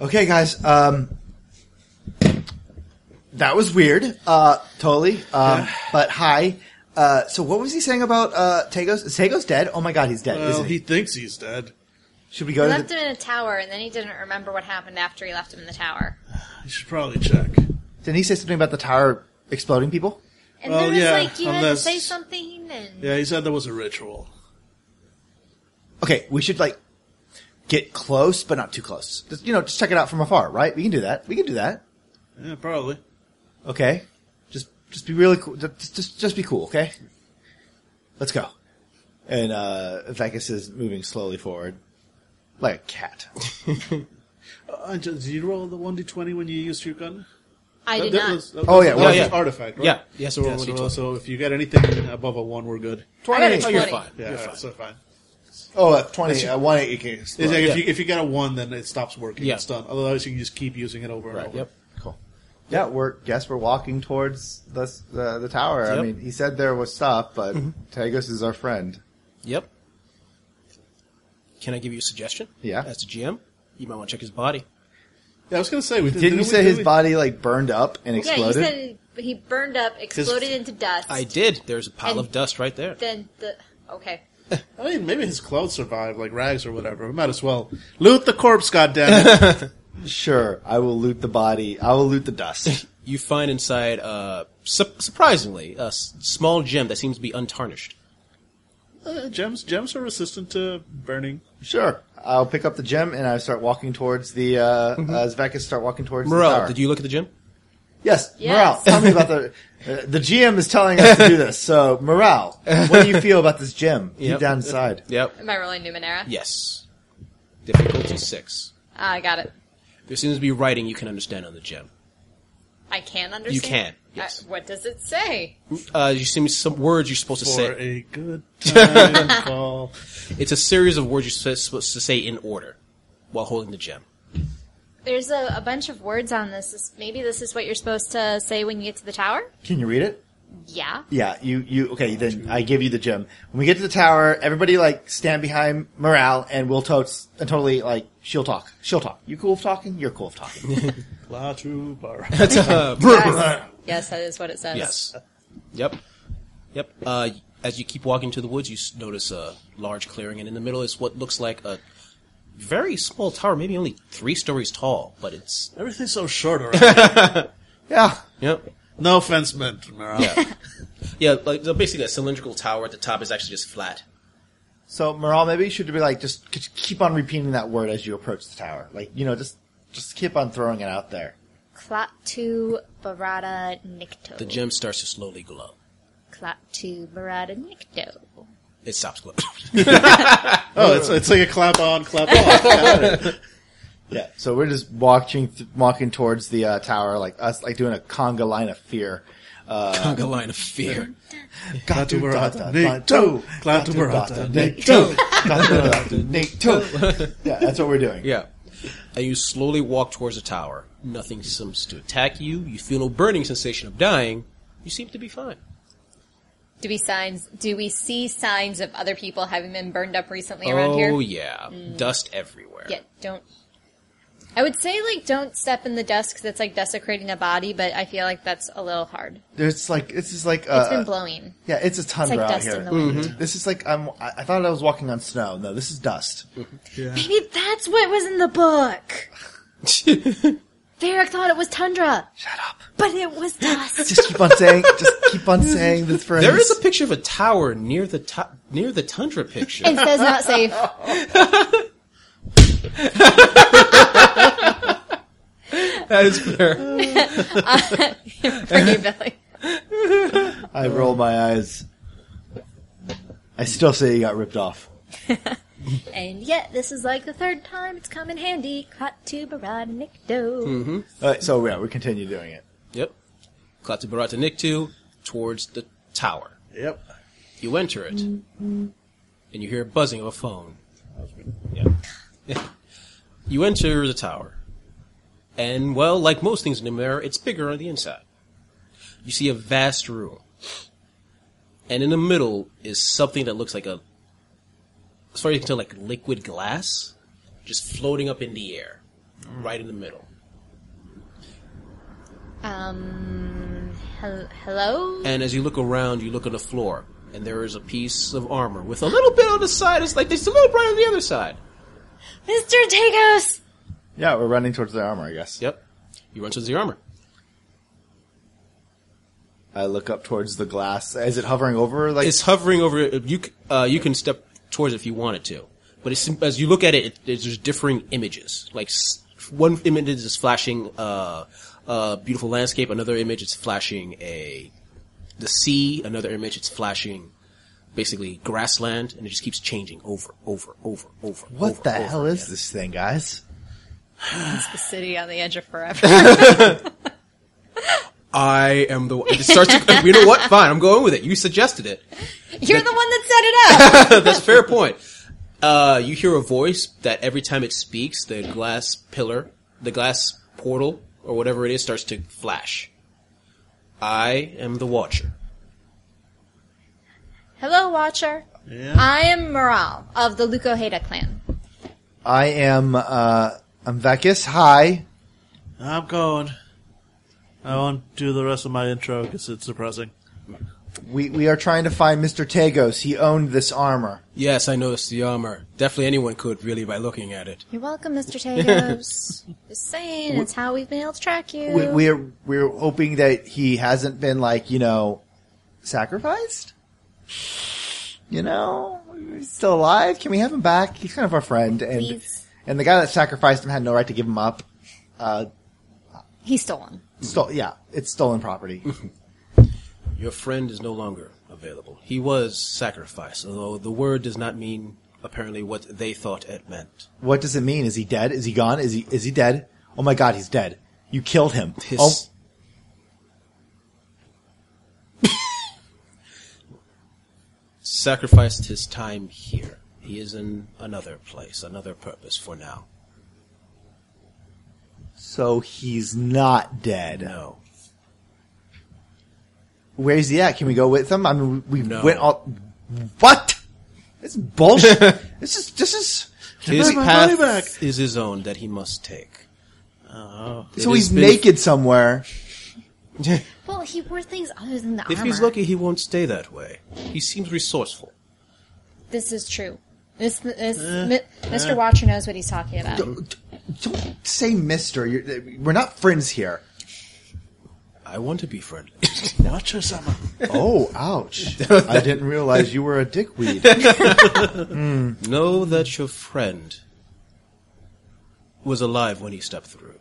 Okay, guys. Um, that was weird. Uh, totally. Um, but hi. Uh, so what was he saying about uh, Tagos? Is Tagos dead? Oh my God, he's dead, Well, isn't he he? thinks he's dead. Should we He go to left the, him in a tower, and then he didn't remember what happened after he left him in the tower. You should probably check. Didn't he say something about the tower exploding people? And Well, then it's yeah, like you had to unless- say something. He didn't. Yeah, he said there was a ritual. Okay, we should like get close, but not too close. Just, you know, just check it out from afar, right? We can do that. We can do that. Yeah, probably. Okay. Just just be really cool. Just just, just be cool. Okay. Let's go. And uh Vegas is moving slowly forward, like a cat. Uh, just, did you roll the one d twenty when you used your gun? I did That not. was- that Oh, was- yeah, that well, was yeah. an artifact, right? Yeah. Yeah. So, Yeah, roll so, 1d12. so if you get anything above a one, we're good. I got 20. a Oh, twenty. you're fine. Yeah, you're all right, fine. so fine. Oh, uh, 20, uh, 1 8 you It's like yeah. if you if you get a one, then it stops working. Yeah. It's done. Otherwise, you can just keep using it over and Right. over. Yep. Cool. Yeah, we're guess we're walking towards the s- the, the tower. I Yep. mean, he said there was stuff, but Tagos is our friend. Yep. Can I give you a suggestion? Yeah. As a GM, you might want to check his body. Yeah, I was gonna say we did, Didn't we- you say did his we- body like burned up and Yeah, you exploded? said he- he burned up, exploded into dust. I did. There's a pile And- of dust right there. Then the okay. I mean, maybe his clothes survived, like rags or whatever. We might as well loot the corpse. Goddamn it! [LAUGHS] Sure, I will loot the body. I will loot the dust. You find inside, uh, su- surprisingly, a s- small gem that seems to be untarnished. uh, gems gems are resistant to burning. sure, I'll pick up the gem and I start walking towards the. Uh, uh, Zvekis start walking towards the Morel, tower. Mm-hmm. did you look at the gem? Yes, Yes. morale. Tell me about the. Uh, the GM is telling us to do this. So morale, what do you feel about this [LAUGHS] gem? Deep Yep. down inside. Yep. Am I rolling Numenera? Yes. Difficulty six. Ah, I got it. There seems to be writing you can understand on the gem. I can understand. You can, I- yes. what does it say? Uh, you seem some words you're supposed to For say. a good time [LAUGHS] call. It's a series of words you're s- supposed to say in order while holding the gem. There's a, a bunch of words on this. this. Maybe this is what you're supposed to say when you get to the tower. Can you read it? Yeah. Yeah, you, you, okay, then I give you the gem. When we get to the tower, everybody like stand behind morale and we'll totes, and totally like, she'll talk. She'll talk. You cool with talking? You're cool with [LAUGHS] talking. La tu bar. yes. yes, that is what it says. Yes. Yep. Yep. Uh, as you keep walking to the woods, you s- notice a large clearing, and in the middle is what looks like a very small tower, maybe only three stories tall, but it's Everything's so short around. [LAUGHS] here. yeah. yeah, no offense meant, Morale. yeah. Like so basically, a cylindrical tower at the top is actually just flat. So morale, maybe you should be like, just c- keep on repeating that word as you approach the tower. Like, you know, just, just keep on throwing it out there. Klaatu Barada Nikto. The gem starts to slowly glow. Klaatu Barada Nikto. It stops glowing. [LAUGHS] Oh, it's, it's like a clap on, clap [LAUGHS] off. Yeah. So we're just walking, th- walking towards the uh, tower, like us, like doing a conga line of fear. Uh, Like a line of fear. Klaatu barata, Nate Klaatu toe. Klaatu barata, barata, Nate toe. Klaatu barata, Nate toe. Yeah, that's what we're doing. Yeah. And you slowly walk towards the tower. Nothing seems to attack you. You feel no burning sensation of dying. You seem to be fine. Do we signs? Do we see signs of other people having been burned up recently around here? Mm. oh yeah, dust everywhere. Yeah, don't. I would say like don't step in the dust because it's like desecrating a body, but I feel like that's a little hard. There's like this is like It's been uh, blowing. yeah, it's a tundra like out dust here. in the wind. Mm-hmm. This is like I'm. I I thought I was walking on snow. No, this is dust. Maybe that's what was in the book. Varric thought it was tundra, Shut up. but it was dust. Just keep on saying. just keep [LAUGHS] on saying this phrase. [LAUGHS] There is a picture of a tower near the to- near the tundra picture. it says not safe. that is fair. For you, Billy. I roll my eyes. I still say you got ripped off. And yet, this is like the third time it's come in handy. Caught to Barad and Nick Doe. All right, so yeah, we continue doing it. Yep. Klaatu Barata Niktu towards the tower. Yep. You enter it, and you hear a buzzing of a phone. Yeah. [LAUGHS] you enter the tower, and well, like most things in the mirror, it's bigger on the inside. You see a vast room, and in the middle is something that looks like a, as far as you can tell, like liquid glass, just floating up in the air, right in the middle. Um, hel- hello? And as you look around, you look on the floor, and there is a piece of armor with a little bit on the side. It's like there's a little bright on the other side. Mr. Tagos! Yeah, we're running towards the armor, I guess. Yep. You run towards the armor. I look up towards the glass. Is it hovering over? Like It's hovering over. You c- uh, you can step towards it if you wanted to, but it's, as you look at it, it there's just differing images. Like s- one image is flashing uh, a beautiful landscape. Another image is flashing a the sea. Another image it's flashing basically grassland, and it just keeps changing over, over, over, over. what over, the over hell is again. this thing, guys? It's the city on the edge of forever. I am the one. It starts to, you know what? Fine, I'm going with it. You suggested it. [LAUGHS] You're the one that set it up. [LAUGHS] That's a fair point. Uh, you hear a voice that every time it speaks, the glass pillar, the glass portal, or whatever it is, starts to flash. I am the Watcher. Hello, Watcher. I am Moral of the Lucoheda clan. I am. uh I'm Vekis. Hi. I'm going. I won't do the rest of my intro because it's depressing. We we are trying to find Mister Tagos. He owned this armor. Yes, I noticed the armor. Definitely anyone could, really, by looking at it. You're welcome, [LAUGHS] Mr. Tagos. Just saying, it's how we've been able to track you. We, we're we're hoping that he hasn't been like you know sacrificed. You know, he's still alive. Can we have him back? He's kind of our friend, and Please. and the guy that sacrificed him had no right to give him up. Uh, He's stolen. stole, yeah, it's stolen property. Your friend is no longer available. He was sacrificed, although the word does not mean apparently what they thought it meant. what does it mean? Is he dead? Is he gone? Is he is he dead? Oh my God, he's dead. You killed him. His Oh, [LAUGHS] sacrificed his time here. He is in another place, another purpose for now. so he's not dead. No. Where's he at? Can we go with him? I mean, we we No. went all. What? This is [LAUGHS] bullshit. this is this is. His my path money back. is his own that he must take. Oh. It So has he's been- naked somewhere. Well, he wore things other than the If armor. he's lucky, he won't stay that way. He seems resourceful. This is true. This, this, mi- Mr. Watcher knows what he's talking about. Don't, don't say Mister. You're, we're not [LAUGHS] friends here. I want to be friendly. [LAUGHS] Watch her, Summer. Oh, ouch! I didn't realize you were a dickweed. know that your friend was alive when he stepped through.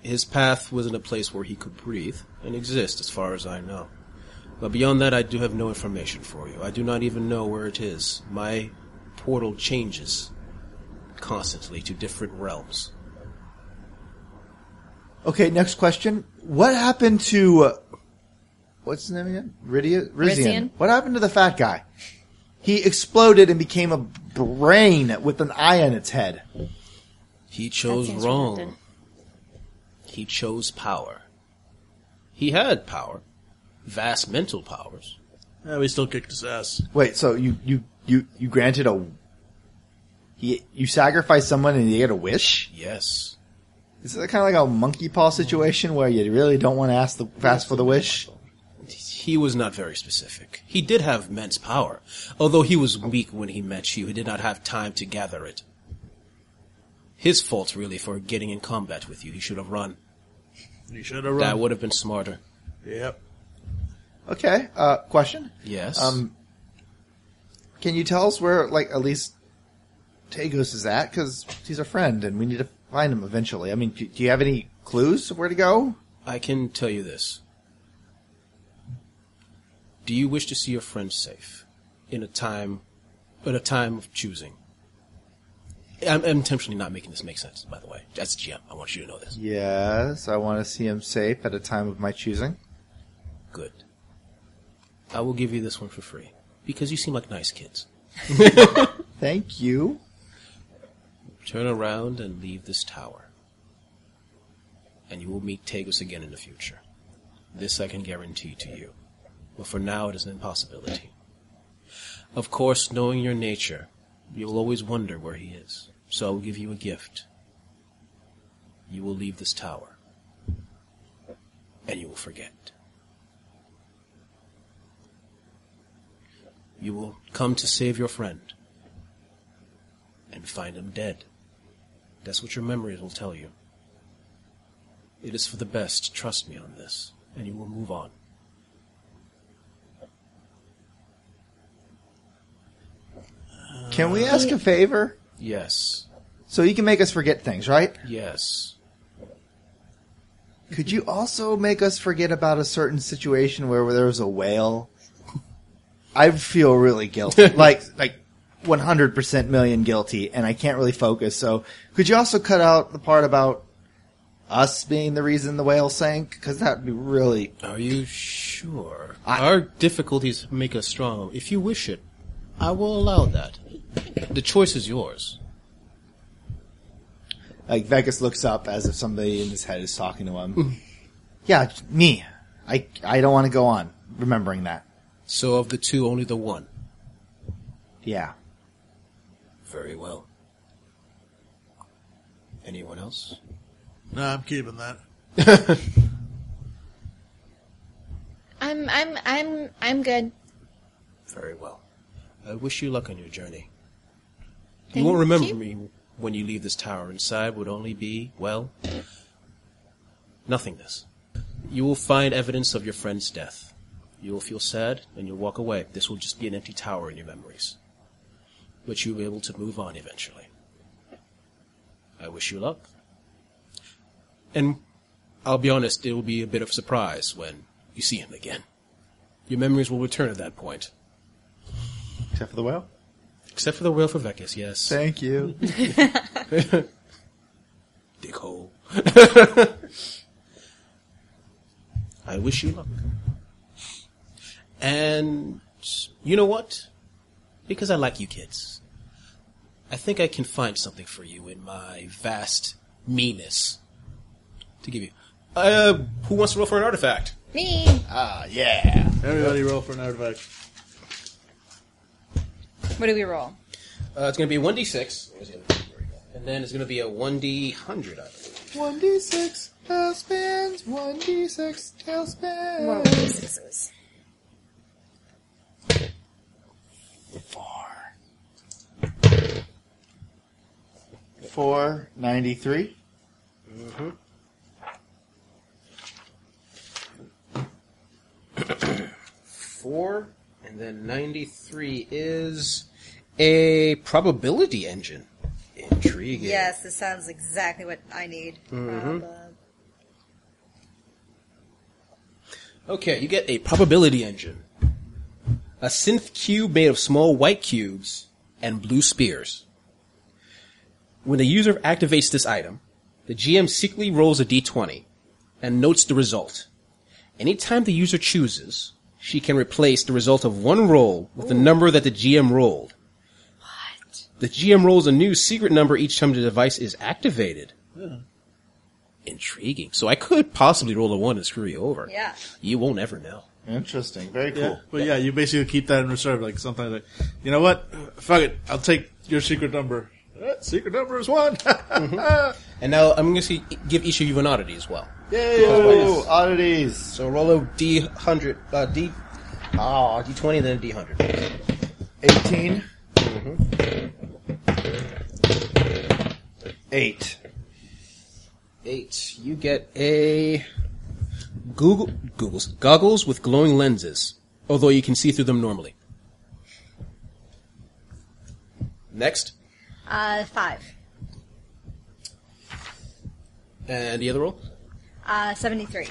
His path was in a place where he could breathe and exist, as far as I know. But beyond that, I do have no information for you. I do not even know where it is. My portal changes constantly to different realms. Okay, next question. What happened to uh, what's his name again? Ridia, Rizian. Rizian. What happened to the fat guy? He exploded and became a brain with an eye on its head. He chose seems wrong. redundant. He chose power. He had power, vast mental powers. Yeah, we still kicked his ass. Wait, so you you you you granted a he you sacrificed someone and you get a wish? Yes. Is it kind of like a monkey paw situation where you really don't want to ask the ask for the wish? He was not very specific. He did have immense power, although he was weak when he met you. He did not have time to gather it. His fault, really, for getting in combat with you. He should have run. You should have run. That would have been smarter. Yep. Okay, uh question? Yes. Um can you tell us where like at least Tagos is at cuz he's a friend and we need to find him eventually. I mean, do, do you have any clues of where to go? I can tell you this. Do you wish to see your friend safe in a time at a time of choosing. I'm, I'm intentionally not making this make sense, by the way. That's GM. I want you to know this. Yes, I want to see him safe at a time of my choosing. Good. I will give you this one for free because you seem like nice kids. Thank you. Turn around and leave this tower. And you will meet Tagus again in the future. This I can guarantee to you. But for now, it is an impossibility. Of course, knowing your nature, you will always wonder where he is. So I will give you a gift. You will leave this tower. And you will forget. You will come to save your friend. And find him dead. That's what your memories will tell you. It is for the best, trust me on this, and you will move on. Can we ask a favor? Yes. So you can make us forget things, right? Yes. Could you also make us forget about a certain situation where there was a whale? I feel really [LAUGHS] guilty. like like 100% million guilty and I can't really focus. So could you also cut out the part about us being the reason the whale sank cuz that would be really Are you sure? I- Our difficulties make us strong. If you wish it, I will allow that. The choice is yours. like Vegas looks up as if somebody in his head is talking to him. yeah, me. I I don't want to go on remembering that. So of the two, only the one. Yeah. Very well. Anyone else? No, I'm keeping that. I'm I'm I'm I'm good. Very well. I wish you luck on your journey. you Thank won't remember you. me when you leave this tower. Inside would only be, well, nothingness. You will find evidence of your friend's death. You will feel sad and you'll walk away. This will just be an empty tower in your memories. But you'll be able to move on eventually. I wish you luck. And I'll be honest, it will be a bit of a surprise when you see him again. Your memories will return at that point. Except for the whale. Except for the whale for Vecus, yes. Thank you. Dickhole. [LAUGHS] I wish you luck. And you know what? Because I like you kids, I think I can find something for you in my vast meanness to give you. Uh, who wants to roll for an artifact? Me. Ah, Everybody roll for an artifact. What do we roll? Uh, it's going to be a 1d6. Where's the other one? There we go. And then it's going to be a 1d100, I believe. One d six tailspins. One d six tailspins. More weaknesses. Four ninety three. four, and then ninety-three is a probability engine. Intriguing. Yes, this sounds exactly what I need. Mm-hmm. Um, Prob- Okay, you get a probability engine. A synth cube made of small white cubes and blue spears. When the user activates this item, the GM secretly rolls a d20 and notes the result. Anytime the user chooses, she can replace the result of one roll with the number that the GM rolled. What? The GM rolls a new secret number each time the device is activated. Intriguing. So I could possibly roll a one and screw you over. Yeah. You won't ever know. Interesting. Very cool. Yeah. But yeah, you basically keep that in reserve. Like sometimes, like you know what? Fuck it. I'll take your secret number. Eh, secret number is one. Mm-hmm. [LAUGHS] And now I'm going to give each of you an oddity as well. Yay! Oh, oddities. So roll a D hundred, uh, D, ah, D twenty, then a D hundred. Eighteen. Eight. Eight. You get a Google Google's goggles with glowing lenses, although you can see through them normally. Next, Uh, five. and the other roll. Uh, seventy-three.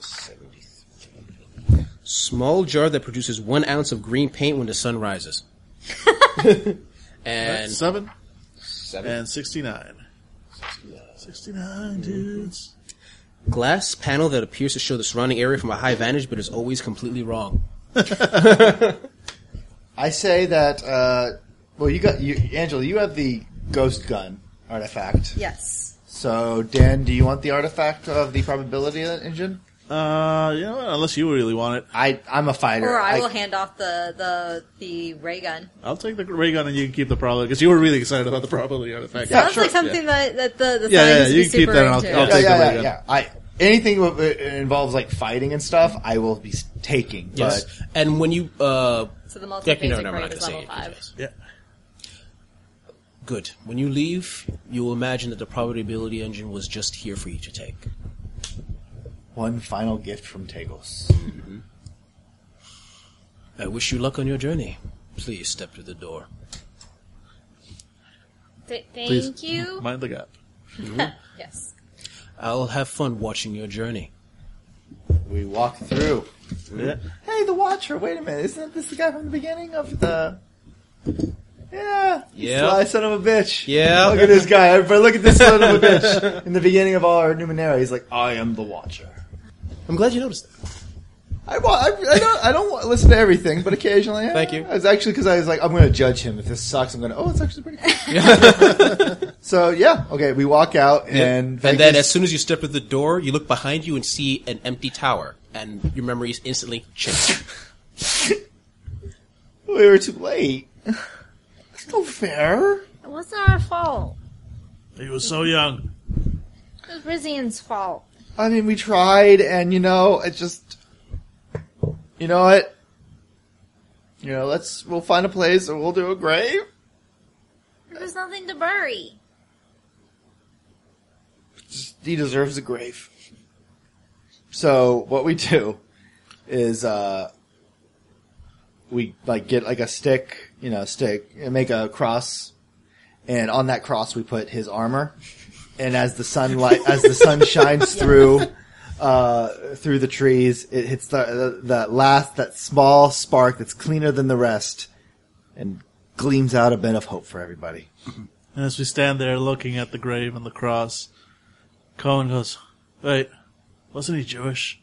Seventy-three. Small jar that produces one ounce of green paint when the sun [LAUGHS] rises. and Seven. Seven. And 69. Mm-hmm. 69, dudes. [LAUGHS] glass panel that appears to show the surrounding area from a high vantage, but is always completely wrong. Uh, I say that. Uh, well, you got you, Angela. You have the ghost gun artifact. Yes. So, Dan, do you want the artifact of the probability engine? Uh, you know what? Unless you really want it. I I'm a fighter. Or I will hand off the Uh, the the ray gun. I'll take the ray gun and you can keep the probability, because you were really excited about the probability artifact. Sounds like something that, that the the Yeah, yeah, scientists you be can keep super that and I'll- into. I'll yeah, take yeah, the yeah, ray yeah. I anything with- it involves like fighting and stuff, I will be s- taking. Yes. and when you uh so the Deck, multi-phasic you know, never ray mind, is I can level say it. five. Yeah. Good. When you leave, you will imagine that the probability engine was just here for you to take. But one final gift from Tagos. I wish you luck on your journey. Please step to the door. Th- thank Please. you. Mind the gap. Yes. I'll have fun watching your journey. We walk through. Yeah. Hey, the Watcher. Wait a minute. Isn't this the guy from the beginning of the? Yeah. Yeah. Sly son of a bitch. Yeah. Look at this guy. Everybody, look at this son of a bitch. In the beginning of all our Numenera, he's like, "I am the Watcher." I'm glad you noticed that. I, wa- I, I don't, I don't wa- listen to everything, but occasionally. eh, Thank you. It's actually because I was like, I'm going to judge him. If this sucks, I'm going to. Oh, it's actually pretty. Cool. [LAUGHS] so yeah, okay. We walk out and and then as Vegas- soon as you step to the door, you look behind you and see an empty tower, and your memories instantly change. we were too late. [LAUGHS] That's no fair. It wasn't our fault. He was so young. It was Rizian's fault. I mean, we tried, and you know, it just. You know what? You know, let's. We'll find a place, and we'll do a grave. There was nothing to bury. he deserves a grave. So what we do is uh we like get like a stick, you know, stick and make a cross and on that cross we put his armor and as the sunlight as the sun shines through uh through the trees it hits the, the that last that small spark that's cleaner than the rest and gleams out a bit of hope for everybody. And as we stand there looking at the grave and the cross, Cohen goes, Wait, wasn't he Jewish?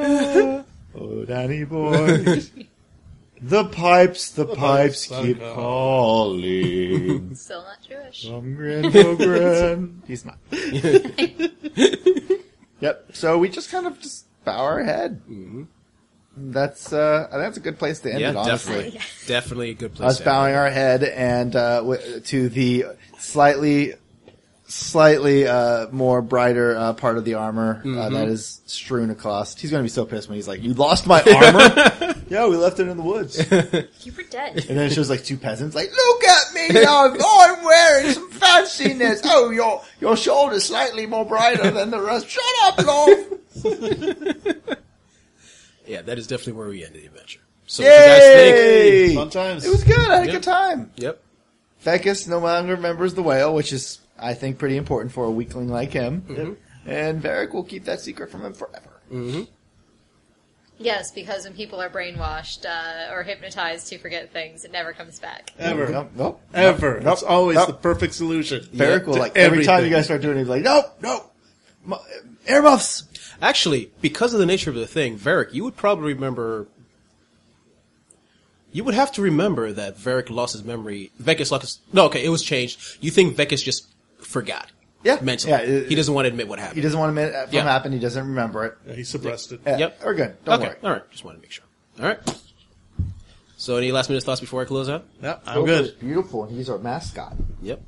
Oh, Danny boy. [LAUGHS] the pipes, the, pipes, keep calling. Still not Jewish. [LAUGHS] From grand to grand. [LAUGHS] He's not. yep. So we just kind of just bow our head. That's uh, I think that's a good place to end yeah, it. Honestly, definitely, definitely a good place. us to end bowing our head and uh, w- to the slightly, slightly uh, more brighter uh, part of the armor uh, that is strewn across. He's going to be so pissed when he's like, "You lost my armor." yeah, we left it in the woods. You were dead. And then it shows like two peasants, like, look at me, I'm, I'm wearing some fanciness. Oh, your your shoulder's slightly more brighter than the rest. Shut up, Lord. Yeah, that is definitely where we end the adventure. So what you guys think? Yay! Fun times. It was good. I had a Yep. good time. Yep. Fecus no longer remembers the whale, which is, I think, pretty important for a weakling like him. And Varric will keep that secret from him forever. yes, because when people are brainwashed uh, or hypnotized to forget things, it never comes back. Ever. Nope, nope. Ever. That's always Nope. the perfect solution. Varric will, To like, every time everything. you guys start doing it, he'll be like, nope, nope. Mu- Air muffs. Actually, because of the nature of the thing, Varric, you would probably remember. You would have to remember that Varric lost his memory. Vekas lost. His, no, okay, it was changed. You think Vekas just forgot? Yeah. mentally. Yeah, it- he doesn't want to admit what happened. He doesn't want to admit it from Yeah. happen. He doesn't remember it. Yeah, he suppressed it. Yeah, Yep. We're good. Don't okay, worry. all right. Just want to make sure. All right. So, any last minute thoughts before I close out? Yep, I'm Gophers good. is beautiful, and he's our mascot. Yep.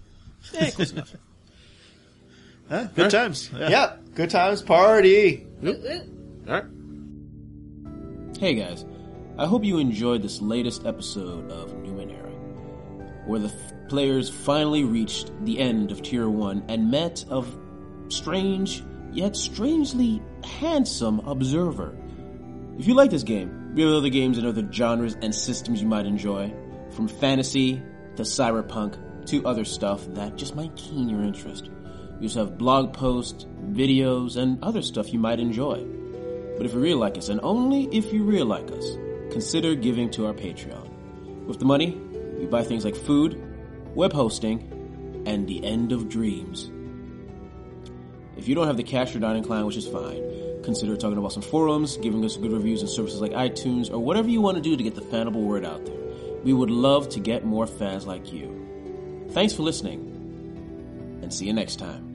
Yeah, close enough. Huh? Good times. Yeah. Yep. Good times party. All right. Hey guys, I hope you enjoyed this latest episode of Numenera, where the f- players finally reached the end of Tier 1 and met a v- strange, yet strangely handsome observer. If you like this game, we have other games and other genres and systems you might enjoy, from fantasy to cyberpunk to other stuff that just might keen your interest. You also have blog posts, videos, and other stuff you might enjoy. But if you really like us, and only if you really like us, consider giving to our Patreon. With the money, we buy things like food, web hosting, and the end of dreams. If you don't have the cash you're not inclined, which is fine, consider talking about some forums, giving us good reviews on services like iTunes, or whatever you want to do to get the fanable word out there. We would love to get more fans like you. Thanks for listening, and see you next time.